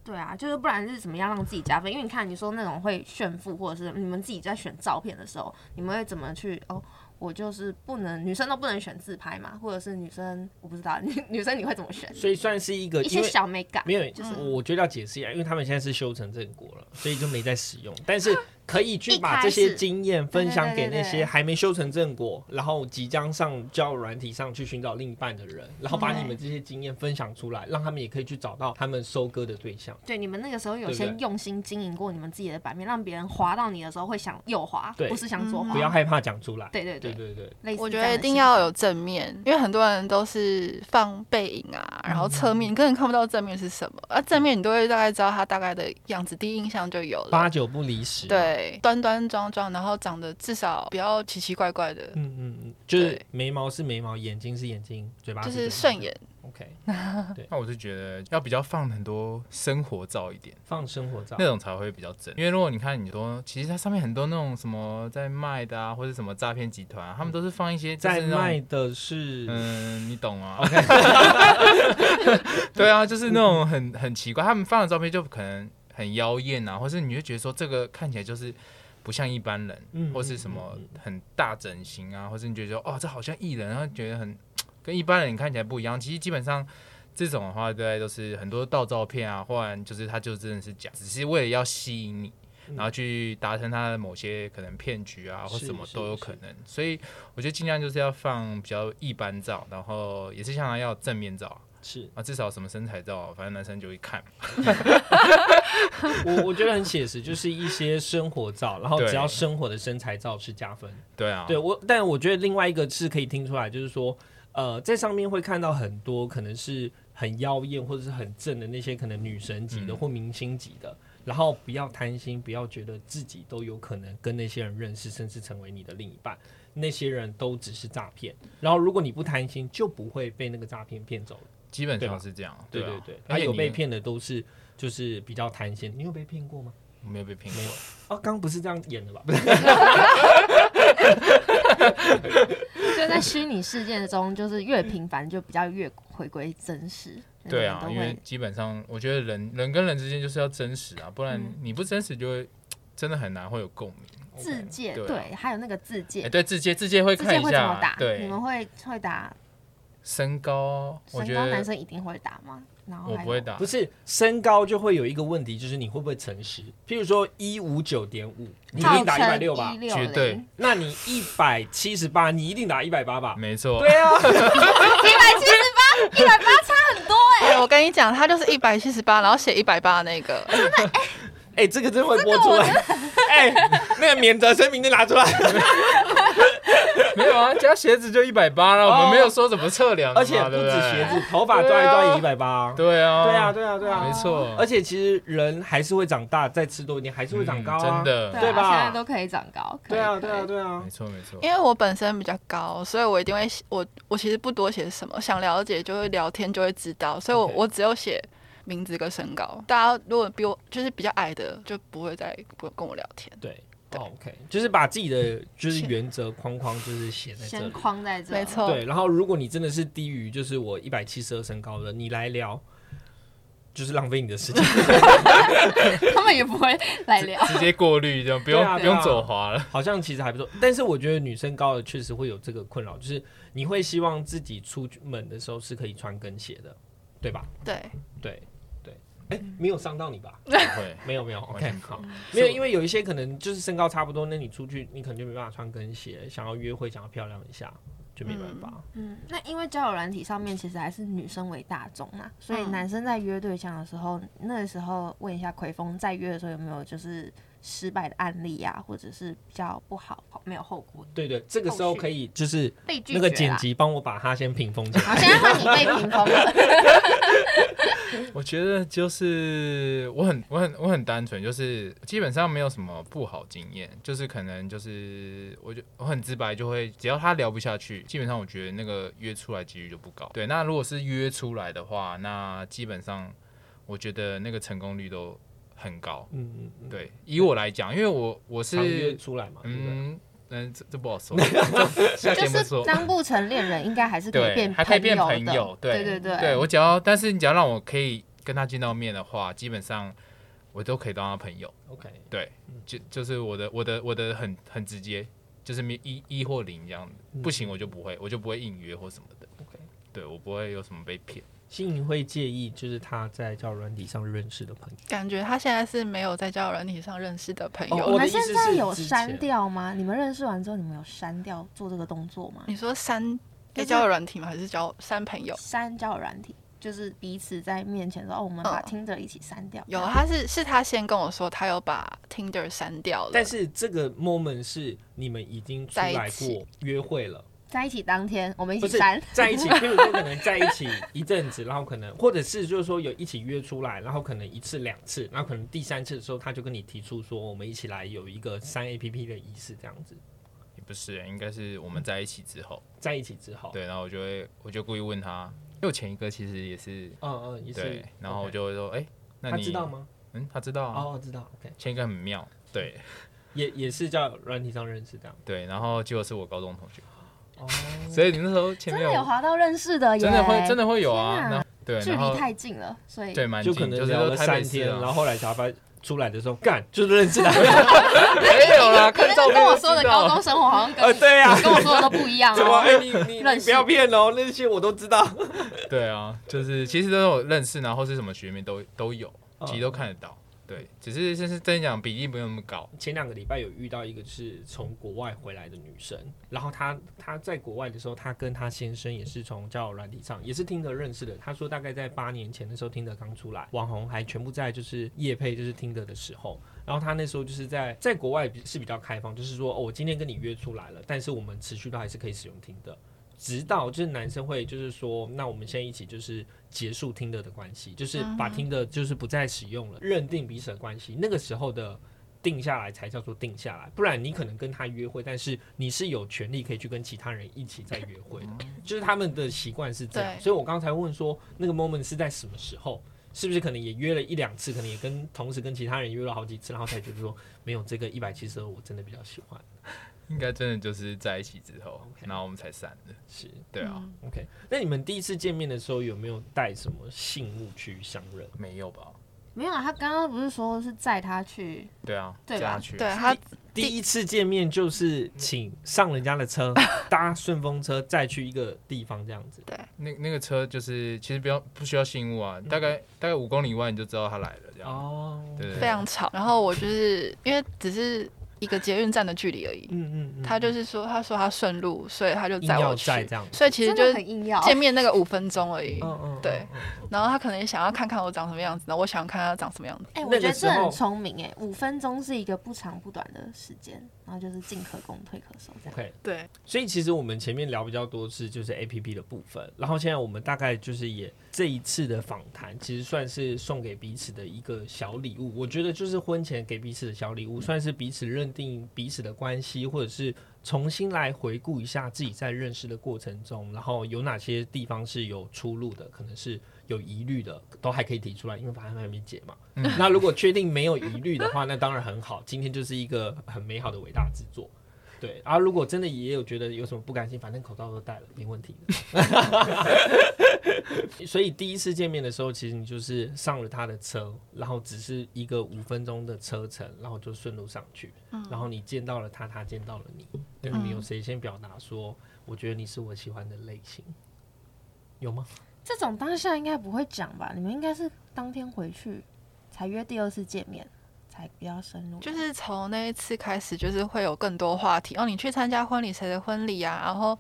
S4: 对啊，就是不然是怎么样让自己加分？因为你看，你说那种会炫富，或者是你们自己在选照片的时候，你们会怎么去？哦，我就是不能，女生都不能选自拍嘛，或者是女生，我不知道，女女生你会怎么选？
S1: 所以算是一个
S4: 一
S1: 呃因
S4: 些
S1: 为。
S4: 小美感，
S1: 没有，
S4: 就是
S5: 嗯
S1: 我我觉得要解释一下，因为他们现在是修成正果了，所以就没在使用。但是可以去把这些经验分享给那
S4: 对对对
S1: 些
S4: 对
S1: 还没修成正果，然后即将上交友软体上去寻找另一半的人，然后把
S4: 对
S1: 你们这些经验分享出来，让他们也可以去找到他们收割的对象。
S4: 对，你们那个时候有
S1: 对不对
S4: 先用心经营过你们自己的版面，让别人滑到你的时候会想右滑，
S1: 对嗯
S4: 不是想
S5: 嗯
S4: 左滑。
S1: 不要害怕讲出来。
S4: 对对
S1: 对对
S4: 对，
S1: 对，
S4: 类似
S5: 我觉
S4: 这样
S5: 得
S4: 的
S5: 一定
S4: 心
S5: 要
S4: 态
S5: 有正面，因为很多人都是放背影啊，然后侧
S4: 嗯
S5: 面，你根本看不到正面是什么，啊，正面你都会大概知道他大概的样子，第一印象就有了
S1: 八。九不离十。，啊
S5: 对，端端庄庄，然后长得至少不要奇奇怪怪的，
S1: 嗯嗯嗯，就是
S5: 对
S1: 眉毛是眉毛，眼睛是眼睛，嘴巴
S5: 就是
S1: 嘴
S5: 是
S1: 巴
S5: 顺。眼。
S1: OK，
S2: 那我是觉得要比较放很多生活照一点，
S1: 放生活照
S2: 那。种才会比较真。因为如果你看你说，其实它上面很多那种什么在卖的啊，或者什么诈骗集团、啊，他们都是放一些就是
S1: 嗯在
S2: 那种
S1: 卖的是，
S2: 嗯，你
S1: (laughs)
S2: 懂啊。 (laughs) 对啊，就是那种很很奇怪，他们放的照片就可能很妖艳啊，或是你就觉得说这个看起来就是不像一般人，
S1: 嗯
S2: 或是什么很大整形啊，或是你觉得说哦这好像艺人，然后觉得很跟一般人看起来不一样。其实基本上这种的话，大概都是很多盗照片啊，或然就是他就真的是假，只是为了要吸引你。
S1: 嗯
S2: 然后去达成他的某些可能骗局啊，或
S1: 是
S2: 什么
S1: 是
S2: 都有
S1: 是
S2: 可能，所以我觉得尽量就是要放比较一般照，然后也是像要有正面照，
S1: 是
S2: 啊，至少什么身材照啊，反正男生就会看。
S1: (laughs) 我我觉得很写实，就是一些生活照，然后
S2: 对
S1: 只要生活的身材照是加分。
S2: 对啊，
S1: 对我，但我觉得另外一个是可以听出来，就是说，呃，在上面会看到很多可能是很妖艳或者是很正的那些可能女神级的
S2: 嗯
S1: 或明星级的，然后不要贪心，不要觉得自己都有可能跟那些人认识，甚至成为你的另一半。那些人都只是诈骗，然后如果你不贪心，就不会被那个诈骗骗走。
S2: 基本
S1: 对吧
S2: 上是这样。
S1: 对
S2: 啊
S1: 对对，
S2: 而
S1: 还
S2: 且
S1: 有
S2: 你
S1: 被，骗的都是就是比较贪心。你有被骗过吗？
S2: 我没有被骗过。
S1: 哦，刚刚不是这样演的吧？
S4: (laughs)
S5: (laughs)
S4: 就在虚拟世界中，就是越频繁就比较越回归真实。
S2: 对啊
S4: 那，个
S2: 因
S4: 人
S2: 为
S4: 都会
S2: 基本上我觉得人人跟人之间就是要真实啊，不然
S4: 嗯
S2: 你不真实就会真的很难会有共鸣。
S4: 自介，
S2: 对啊
S4: 对，还有那个自
S2: 哎，
S4: 介，
S2: 对，自介自介会
S4: 自
S2: 看
S4: 介
S2: 一
S4: 会怎么
S2: 下
S4: 打，？嗯你
S2: 对，
S4: 们会会打
S2: 身高，我
S4: 身
S2: 觉
S4: 高，男
S2: 得
S4: 生一定会打吗？然后
S2: 我
S4: 还
S2: 不会
S4: 有
S2: 打
S1: 不，是身高就会有一个问题，就是你会不会诚实？譬如说一五九点五，你一
S4: 号
S1: 定
S4: 称
S1: 打一百六吧？
S4: 160
S2: 绝对
S1: 那你一百七十八，你一定打一百八吧？
S2: 没错。
S1: 对啊， (laughs)
S4: 一百七十八，一百八差很多哎、
S5: 哎，我跟你讲，他就是一百七十八，然后写一百八那个，
S1: 哎、这个真会播出来。 (laughs) 哎、那个免责声明就拿出来。
S2: 没有啊，加鞋子就一百八了，我
S1: 哦
S2: 们没有说怎么测量的嘛，
S1: 而且不
S2: 对
S1: 止
S2: 对
S1: 鞋子，头发抓一抓也一百八。对
S2: 对啊，
S1: 啊，，对啊，对啊
S2: 没。错，
S1: 而且其实人还是会长大，再吃多一点还是会长高啊。
S2: 嗯真，的，
S1: 对
S4: 啊
S1: 吧
S4: 现在都可以长高，可以
S1: 对啊，
S4: 可
S1: 对
S4: 以
S1: 啊，对啊
S2: 没。错没错，
S5: 因为我本身比较高，所以我一定会写我我其实不多写什么，想了解就会聊天就会知道，所以我
S1: OK
S5: 我只有写名字跟身高。大家如果比我就是比较矮的，就不会再不跟我聊天。
S1: 对。哦
S5: 对
S1: OK，就是把自己的就是原则框框就是写在这
S4: 先
S1: 里。
S4: 框在这，
S5: 没。错，
S1: 对，然后如果你真的是低于就是我一百七十二身高的，你来聊，就是浪费你的时间，
S4: (laughs)
S1: (laughs)
S4: 他们也不会来聊。
S2: 直接过滤就不用
S1: 对啊
S2: 不
S1: 对啊
S2: 用走滑了，
S1: 好像其实还不错。但是我觉得女生高的确实会有这个困扰，就是你会希望自己出门的时候是可以穿跟鞋的，对吧？
S5: 对，
S1: 对对，哎、没有伤到你吧？
S2: 不会。
S1: 没有没有
S2: 完
S1: ，OK
S2: 全不
S1: 好
S2: 会，
S1: 没有，因为有一些可能就是身高差不多，那你出去你可能就没办法穿跟鞋，想要约会想要漂亮一下就没办法。
S4: 嗯，那因为交友软体上面其实还是女生为大众嘛，所以男生在约对象的时候，那个时候问一下奎峰，在约的时候有没有就是失败的案例啊，或者是比较不好没有后果
S1: 对对，这个时候
S4: 后续
S1: 可以就是
S4: 被拒绝
S1: 那
S4: 啦
S1: 个剪辑帮我把它先屏风起来。
S4: 好，现在换你被屏风了。
S2: 我觉得就是我很我很我很单纯，就是基本上没有什么不好经验，就是可能就是我就我很直白，就会只要他聊不下去，基本上我觉得那个约出来几率就不高。对，那如果是约出来的话，那基本上我觉得那个成功率都很高。
S1: 嗯嗯嗯，
S2: 对，以我来讲，因为我我
S1: 常约
S2: 是
S1: 出来嘛，对不对？
S2: 嗯嗯，这这不
S1: (laughs)
S2: 好说，这下节
S4: 就
S2: 目
S4: 是
S2: 说。
S4: 当不成恋人，应该还是可以
S2: 对，
S4: 变
S2: 还可以变
S4: 朋
S2: 朋
S4: 友的
S2: 友，
S4: 对
S2: 对
S4: 对，
S2: 我只要，但是你只要让我可以跟他见到面的话，基本上我都可以当他朋友。
S1: OK，
S2: 对，
S1: 嗯
S2: 就就是我的我的我的很很直接，就是没一一或零这样子，不行我就不会，我就不会硬约或什么的。
S1: 嗯 OK
S2: 对我不会有什么被骗。
S1: 心颖会介意就是她在交友软体上认识的朋友，
S5: 感觉他现在是没有在交友软体上认识的朋友。
S1: 哦我的
S4: 你们
S1: 意思
S4: 现
S1: 是
S4: 在有
S1: 之前
S4: 删掉吗？你们认识完之后，你们有删掉做这个动作吗？
S5: 你说删
S4: 就
S5: 在
S4: 是
S5: 交友软体吗？还是交删朋友？
S4: 删交友软体，就是彼此在面前说哦，我们把
S5: 嗯
S4: Tinder 一起删掉。
S5: 有，他是是他先跟我说，他有把 Tinder 删掉了。
S1: 但是这个 moment 是你们已经出来
S5: 在一
S1: 过
S5: 起
S1: 约会了，
S4: 在一起当天我们一
S1: 不
S4: 起
S1: 是
S4: 删。
S1: 在
S4: (laughs)
S1: 一起，譬如说可能在一起一阵子，然后可能或者是就是说有一起约出来，然后可能一次两次，然后可能第三次的时候他就跟你提出说我们一起来有一个三 A P P 的仪式这样子，
S2: 也不是，应该是我
S1: 嗯
S2: 们在一起之后，
S1: 在一起之后，，
S2: 对，然后我就会我就故意问他，因为我前一个其实也是
S1: 嗯嗯，也是
S2: 对，，然后我就会说，哎、那
S1: OK 他
S2: 你
S1: 知道？吗？
S2: 嗯，他知道啊。
S1: 哦，知道，OK，
S2: 前一个很妙，对
S1: 也也是叫软体上认识这样，
S2: 对，然后结果是我高中同学，
S1: 哦，
S2: (laughs) 所以你那时候前
S4: 真
S2: 面
S4: 的有
S2: 有
S4: 滑到认识的耶，
S2: 真的会真的会有啊，
S4: 天啊
S2: 然后对，
S4: 距
S2: 然后
S4: 离太近了，所以
S2: 对蛮
S1: 就
S2: 近，
S1: 可能
S2: 是
S1: 聊了
S2: 说台北
S1: 三
S2: 市
S1: 天，
S2: 啊
S1: 然后后来才发出来的时候，干就是认识的，
S2: (laughs) 没有
S4: (laughs)
S2: 啦，看照片
S4: 跟我
S2: 就知
S4: 说的
S2: 道啊 (laughs)
S4: 高中生活好像跟
S1: 呃，对 (laughs) 呀、
S4: 跟我说的都不一样
S1: 怎么？
S4: 哦。
S1: 哎、你你
S4: 认
S1: 你
S4: 识
S1: 不要骗哦，那些我都知道。嗯哦
S2: 对啊，就是其实都有认识，然后是什么学妹都都有，其实都看得到。对，只是就是真的讲比例没有那么高。
S1: 前两个礼拜有遇到一个是从国外回来的女生，然后她她在国外的时候，她跟她先生也是从交友软体上，也是听得认识的。她说大概在八年前的时候，听得刚出来，网红还全部在就是夜配就是听得的时候。然后她那时候就是在在国外比是比较开放，就是说哦，我今天跟你约出来了，但是我们持续都还是可以使用听的。直到就是男生会就是说，那我们现在一起就是结束听的的关系，就是把听的就是不再使用了，认定彼此的关系。那个时候的定下来才叫做定下来，不然你可能跟他约会，但是你是有权利可以去跟其他人一起再约会的，就是他们的习惯是这样。
S5: 对
S1: 所以我刚才问说，那个 moment 是在什么时候？是不是可能也约了一两次，可能也跟同时跟其他人约了好几次，然后才觉得说没有这个一百七十二我真的比较喜欢。
S2: 应该真的就是在一起之后
S1: OK
S2: 然后我们才散的。
S1: 是
S2: 对
S4: 嗯
S2: 啊，
S5: 嗯
S1: OK，那你们第一次见面的时候有没有带什么信物去相认？
S2: 没有吧？
S4: 没有啊，他刚刚不是说是载他去，
S2: 对啊，
S4: 对吧
S2: 加去。
S5: 对他
S1: 第一次见面就是请上人家的车，搭顺风车再去一个地方这样子。
S2: 那那个车就是其实不用不需要信物啊，大概大概五公里外你就知道他来了这样。
S1: 嗯哦，
S2: 对对
S5: 非常吵。然后我就是因为只是一个捷运站的距离而已，
S1: 嗯嗯嗯，
S5: 他就是说他说他顺路，所以他就
S1: 硬
S5: 载
S1: 要
S5: 我
S1: 在
S5: 去，
S1: 这样子。
S5: 所以其实
S4: 真
S5: 就
S4: 的
S5: 是
S4: 很硬要。
S5: 见面那个五分钟而已。
S1: 嗯嗯，嗯
S5: 对。然后他可能也想要看看我长什么样子，然后我想看他长什么样子。
S4: 哎、我
S1: 那
S4: 觉
S1: 个
S4: 得
S1: 时
S4: 这
S1: 候
S4: 很聪明哎、五分钟是一个不长不短的时间，然后就是进可攻退可守这样。
S1: OK，
S5: 对，
S1: 所以其实我们前面聊比较多是就是 A P P 的部分，然后现在我们大概就是也这一次的访谈，其实算是送给彼此的一个小礼物。我觉得就是婚前给彼此的小礼物，算是彼此认定彼此的关系，或者是重新来回顾一下自己在认识的过程中，然后有哪些地方是有出入的，可能是有疑虑的，都还可以提出来，因为反正还没解嘛。那如果确定没有疑虑的话，那当然很好，今天就是一个很美好的伟大之作。对，啊，如果真的也有觉得有什么不甘心，反正口罩都戴了，没问题的。所以第一次见面的时候，其实你就是上了他的车，然后只是一个五分钟的车程，然后就顺路上去，
S4: 嗯
S1: 然后你见到了他，他见到了你，对，你有谁先表达说，我觉得你是我喜欢的类型，有吗？
S4: 这种当下应该不会讲吧？你们应该是当天回去才约第二次见面，才比较深入。
S5: 就是从那一次开始，就是会有更多话题。哦，你去参加婚礼，谁的婚礼啊？然后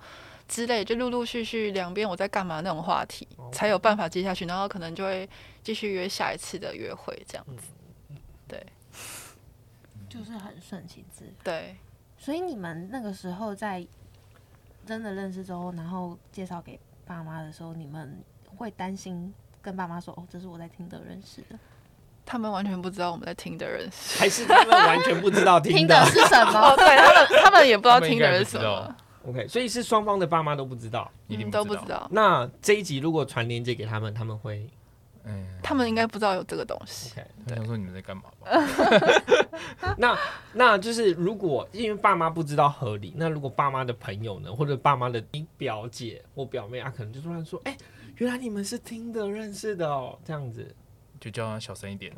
S5: 之类，就陆陆续续两边我在干嘛那种话题，
S2: 哦
S5: 才有办法接下去。然后可能就会继续约下一次的约会，这
S2: 嗯
S5: 样子。
S4: 就是很顺其自然。
S5: 对，
S4: 所以你们那个时候在真的认识之后，然后介绍给爸妈的时候，你们会担心跟爸妈说：“哦，这是我在听的认识的，
S5: 他们完全不知道我们在听的人是。
S1: 还是他们完全不知道听
S4: 听的是什
S5: 哦，
S4: 么
S5: 对他们，他们也不知道
S2: 他们
S5: 听
S2: 应
S5: 的
S2: 该
S5: 人
S2: 不
S5: 是
S2: 知
S5: 什么
S2: 道，
S1: ？OK，所以是双方的爸妈都不知道。
S2: 一定
S5: 嗯都
S2: 不
S5: 不知。道。
S1: 那这一集如果传链接给他们，他们会
S2: 嗯，
S5: 他呃们应该不知道有这个东西。
S1: OK。
S2: 我想说你们在干嘛吧？
S1: 那那就是如果因为爸妈不知道合理，那如果爸妈的朋友呢，或者爸妈的你表姐或表妹啊，可能就突然说，哎、原来你们是听的认识的哦，这样子。
S2: 就叫他小声
S1: (laughs)
S2: 一点。
S1: 啊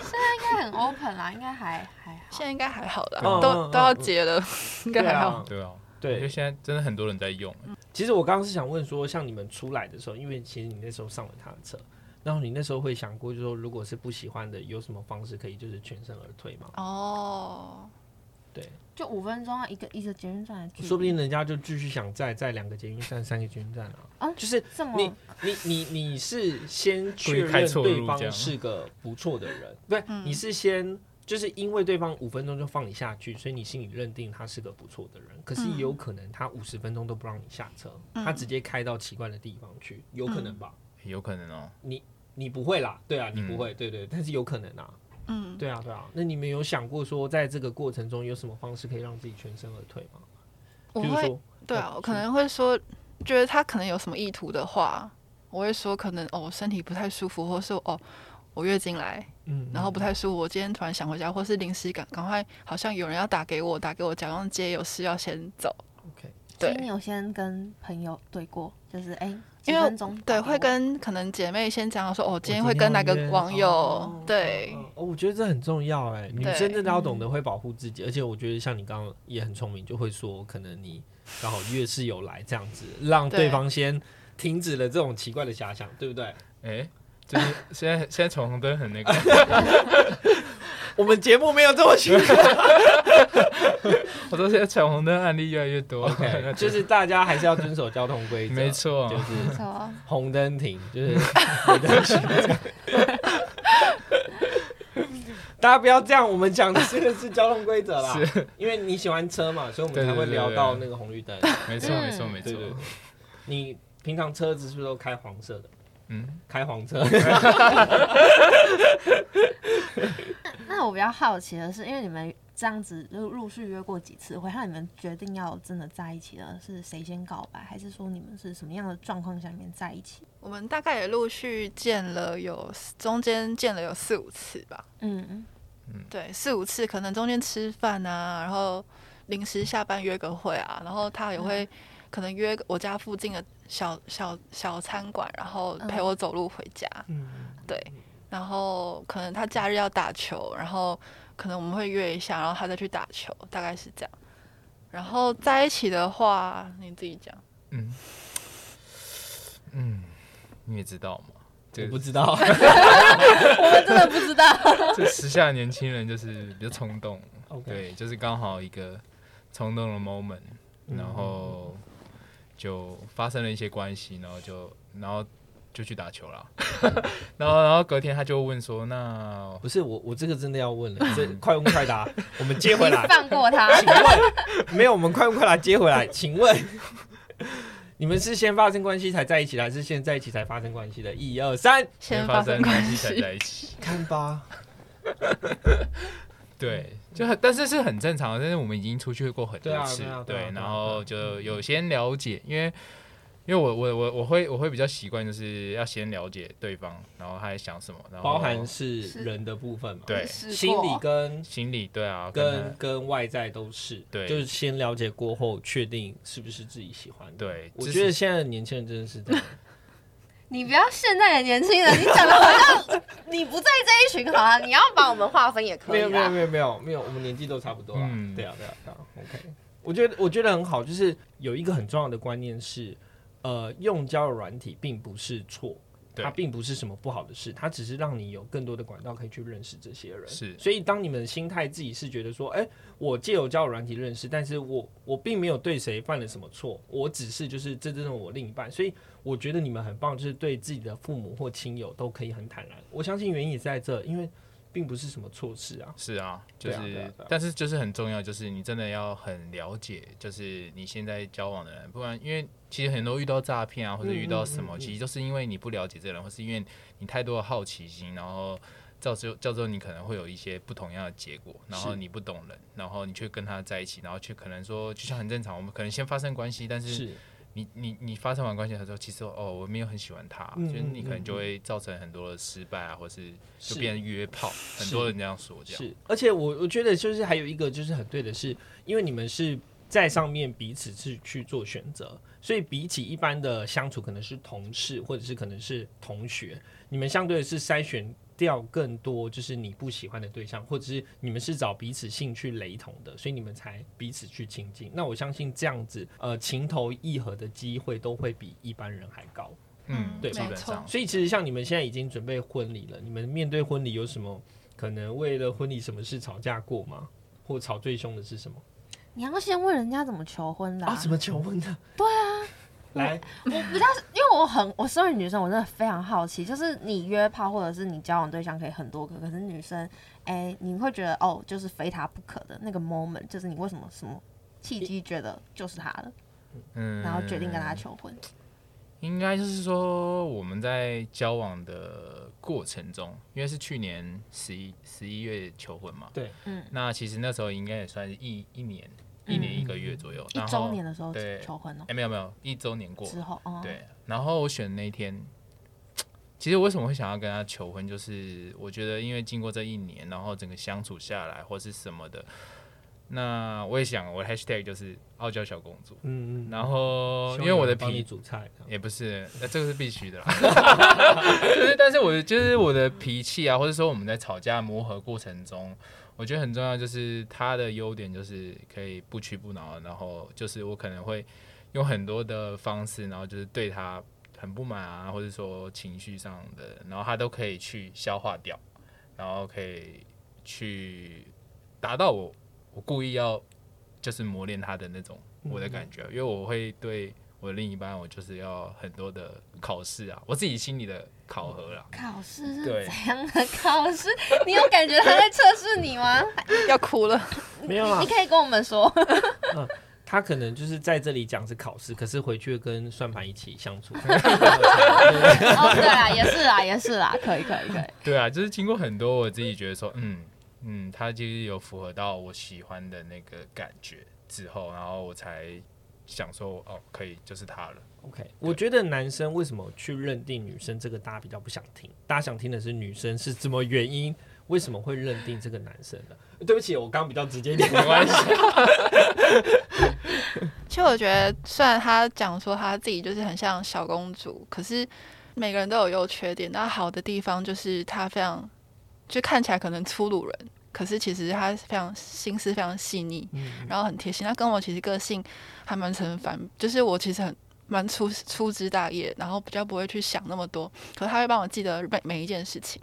S4: 应该很 open 啦，应该还还
S5: 现
S4: 好。
S5: 在应该还好啦，
S1: 嗯
S5: 都
S1: 嗯
S5: 都要
S1: 嗯
S5: 结了，应该还好。
S2: 对啊，
S1: 对
S2: 因为现在真的很多人在用。
S1: 其实我刚刚是想问说，像你们出来的时候，因为其实你那时候上了他的车，然后你那时候会想过，就是说如果是不喜欢的，有什么方式可以就是全身而退吗？
S5: 哦，
S1: 对，
S4: 就五分钟啊，一个一个捷运站的距离，
S1: 说不定人家就继续想再再两个捷运站、三个捷运站啊。
S4: 啊
S1: 就是
S4: 这
S5: 嗯
S4: 么
S1: 你你你你是先确
S2: 故意开
S1: 认
S2: 错路
S1: 对
S2: 这
S1: 方
S2: 样
S1: 是个不错的人，对，
S5: 嗯
S1: 你是先就是因为对方五分钟就放你下去，所以你心里认定他是个不错的人。可是也有可能
S5: 嗯
S1: 他五十分钟都不让你下车，他直接开到奇怪的地方去，有可能吧？
S2: 有可能哦，
S1: 你不会啦，对啊，你不
S2: 嗯
S1: 会，对对，但是有可能啊，
S5: 嗯，
S1: 对啊，对啊。那你们有想过说，在这个过程中有什么方式可以让自己全身而退吗？
S5: 我
S1: 比如
S5: 会
S1: 说，
S5: 对
S1: 嗯
S5: 啊，我可
S1: 是
S5: 能会说，觉得他可能有什么意图的话，我会说可能哦，我身体不太舒服，或是哦，我月经来，
S1: 嗯，
S5: 然后不
S1: 嗯
S5: 太舒服，我今天突然想回家，或是临时赶赶快，好像有人要打给我，打给我，假装接有事要先走。
S1: OK，
S4: 所
S5: 对
S4: 以，你有先跟朋友对过，就是哎，几
S5: 因为
S4: 分钟打
S5: 对
S4: 给我
S5: 会跟可能姐妹先讲说，哦，我今
S1: 我
S5: 天会
S1: 今
S5: 跟哪
S1: 要
S5: 个
S1: 约
S5: 网友，
S1: 哦
S5: 对
S1: 哦，哦我觉得这很重要哎，女
S5: 对嗯
S1: 生真的要懂得会保护自己，而且我觉得像你刚刚也很聪明，就会说可能你刚好月事有来这样子，让对
S5: 对
S1: 方先停止了这种奇怪的遐想，对不对？
S2: 哎，就是现在现在闯红灯很那个，
S5: (laughs)
S1: 我们节目没有这么 (laughs) 虚假，
S2: 我说现在闯红灯案例越来越多
S1: OK，就是 (laughs) 大家还是要遵守交通规则，
S2: 没，错啊
S1: 就，是
S4: 没错。
S1: 红灯停，就是大家不要这样，我们讲的这个是交通规则啦，因为你喜欢车嘛，所以我们才会
S2: 对对对对
S1: 聊到那个红绿灯。
S2: 没错，没错，
S4: 嗯
S2: 没
S1: 对对
S2: 错
S1: 对，你平常车子是不是都开黄色的？
S2: 嗯，
S1: 开黄车，
S4: 那我比较好奇的是，因为你们这样子就陆续约过几次会，那你们决定要真的在一起的是谁先告白，还是说你们是什么样的状况下面在一起？
S5: 我们大概也陆续见了有中间见了有四五次吧，
S4: 嗯，
S5: 对，四五次，可能中间吃饭啊，然后临时下班约个会啊，然后他也会可能约我家附近的小小小餐馆，然后陪我走路回家，对，然后可能他假日要打球，然后可能我们会约一下，然后他再去打球，大概是这样。然后在一起的话，你自己讲，
S2: 嗯，嗯，你也知道嘛，
S1: 我
S2: 这
S1: 不知 (laughs) 道，
S4: (laughs) 我们真的不知道。
S2: 这时下的年轻人就是比较冲动，
S1: OK，
S2: 对，就是刚好一个冲动的 moment，
S1: 嗯
S2: 然后就发生了一些关系，然后就然后就去打球了， (laughs) 然后然后隔天他就问说，那
S1: 不是我，我这个真的要问 (laughs) 了，这快问快答，我们接回 (laughs) 来。
S4: 放过他。
S1: 请问，没有，我们快不快来接回来？请问， (laughs) 你们是先发生关系才在一起的，还是先在一起才发生关系的？一二三，
S5: 先
S2: 发
S5: 发
S2: 生
S5: 生
S2: 关
S5: 关
S2: 系才
S5: 系，
S2: 在
S1: (laughs)
S2: 一起，
S1: 看吧。
S2: 对，就很但是是很正常的，但是我们已经出去过很
S1: 对
S2: 多
S1: 啊
S2: 次
S1: 对啊，对啊
S2: 对，
S1: 对啊
S2: 然后就有先了解，因为。因为我我我我会我会比较习惯，就是要先了解对方，然后他在想什么，然后
S1: 包含是人的部分嘛？
S2: 哦对
S5: (laughs) 试
S1: 心
S5: 过
S1: 理跟
S2: 心理对啊，
S1: 跟
S2: 跟
S1: 跟外在都是，
S2: 对
S1: 就是先了解过后，确定是不是自己喜欢的。
S2: 对
S1: 我
S2: 这
S1: 觉得
S2: 是
S1: 现在的年轻人真的是这
S2: (laughs)
S1: 样，
S4: 你不要现在的年轻人，你讲的好像你不在这一群好啊，你要把我们划分也可
S1: 没
S4: 以啊
S1: 有没有
S4: 啦。
S1: 没有没有没有，我们年纪都差不多了。
S2: 嗯
S1: 对啊对啊对啊，OK。我觉得我觉得很好，就是有一个很重要的观念是，呃，用交友软体并不是错，
S2: 对
S1: 它并不是什么不好的事，它只是让你有更多的管道可以去认识这些人。
S2: 是
S1: 所以当你们的心态自己是觉得说，哎、我借由交友软体认识，但是我我并没有对谁犯了什么错，我只是就是这真的我另一半，所以我觉得你们很棒，就是对自己的父母或亲友都可以很坦然。我相信原因也在这，因为并不是什么错事啊。
S2: 是啊，就是、
S1: 对啊对啊对啊
S2: 但是就是很重要，就是你真的要很了解，就是你现在交往的人，不然因为其实很多遇到诈骗啊，或者遇到什么，
S1: 嗯嗯嗯
S2: 其实就是因为你不了解这个人，或是因为你太多的好奇心，然后造就造就你可能会有一些不同样的结果，然后
S1: 是
S2: 你不懂人，然后你却跟他在一起，然后却可能说就像很正常，我们可能先发生关系，但是
S1: 是，
S2: 你你你发生完关系的时候，其实哦我没有很喜欢他，
S1: 嗯
S2: 就是你可能
S1: 嗯
S2: 就
S1: 嗯
S2: 会造成很多的失败啊，或是就是变成约炮，很多人这样说这样。
S1: 是，而且我我觉得就是还有一个就是很对的是，因为你们是在上面彼此是去做选择，所以比起一般的相处，可能是同事或者是可能是同学，你们相对的是筛选掉更多就是你不喜欢的对象，或者是你们是找彼此兴趣雷同的，所以你们才彼此去亲近。那我相信这样子，呃，情投意合的机会都会比一般人还高。
S2: 嗯，
S5: 对
S2: 基
S5: 没
S2: 本
S5: 错
S2: 上，
S1: 所以其实像你们现在已经准备婚礼了，你们面对婚礼有什么可能为了婚礼什么事吵架过吗？或吵最凶的是什么？
S4: 你要先问人家怎么求婚啦。
S1: 啊，什么求婚的？
S4: 对
S1: 啊，来，
S4: 我比较，因为我很，我身为女生，我真的非常好奇，就是你约炮或者是你交往对象可以很多个，可是女生，哎、你会觉得哦，就是非他不可的那个 moment，就是你为什么什么契机觉得就是他了，
S2: 嗯
S4: 然后决定跟他。求婚。
S2: 应该就是说我们在交往的过程中，因为是去年十一十一月求婚嘛，
S1: 对，
S4: 嗯，
S2: 那其实那时候应该也算是一一年一年一个月左右，然
S4: 一
S2: 后
S4: 周年的时候
S2: 对
S4: 求婚哦、
S2: 哎、没有没有一周年过，
S4: 之后哦，
S2: 对，然后我选那一天，其实为什么会想要跟他求婚，就是我觉得因为经过这一年，然后整个相处下来或是什么的，那我也想我的 hashtag 就是傲娇小公主，
S1: 嗯
S2: 然后因为我的
S1: 帮你
S2: 脾
S1: 煮菜，这样
S2: 也不是，呃，这个是必须的啦。就是，但是我的就是我的脾气啊，或者说我们在吵架磨合过程中，我觉得很重要，就是他的优点就是可以不屈不挠，然后就是我可能会用很多的方式，然后就是对他很不满啊，或者说情绪上的，然后他都可以去消化掉，然后可以去达到我我故意要就是磨练他的那种我的感觉，因为我会对我的另一半，我就是要很多的考试啊，我自己心里的考核啦。
S4: 考试 (laughs) 是
S2: 对
S4: 怎样的考试？你有感觉他在测试你吗？
S5: 要哭了。
S1: 没有
S2: 啊
S1: 啊啦
S4: 你，可以跟我
S2: (laughs)
S4: 们说。
S1: (laughs) 他可能就是在这里讲是考试，可是回去跟算盘一起相 (laughs) 处。对
S4: 哦，对啦，也是啦，也是啦，可以，可以，
S5: (laughs)
S4: 可以。
S2: 对啊，就是经过很多，我自己觉得说，嗯嗯，他其实有符合到我喜欢的那个感觉之后，然后我才想说，哦，可以，就是他了。
S1: OK，我觉得男生为什么去认定女生这个，大家比较不想听，大家想听的是女生是什么原因，为什么会认定这个男生呢？对不起，我刚刚比较直接一点，
S2: 没关系，
S5: 其实我觉得，虽然她讲说她自己就是很像小公主，可是每个人都有优缺点。那好的地方就是她非常，就看起来可能粗鲁人，可是其实她非常心思非常细腻，然后很贴心。她跟我其实个性还蛮成反，就是我其实很。蛮粗粗枝大叶，然后比较不会去想那么多，可是她会帮我记得每每一件事情。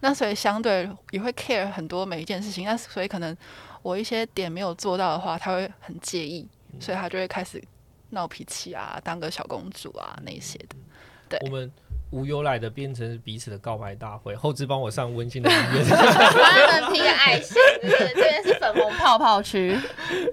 S5: 那所以相对也会 care 很多每一件事情。那所以可能我一些点没有做到的话，她会很介意。所以她就会开始闹脾气啊，当个小公主啊那一些的。
S1: 我们无由来的变成彼此的告白大会，后置帮我上温馨的音
S2: (laughs)
S1: 乐。
S4: 帮他们拼个爱心，就是这边是粉红泡泡区。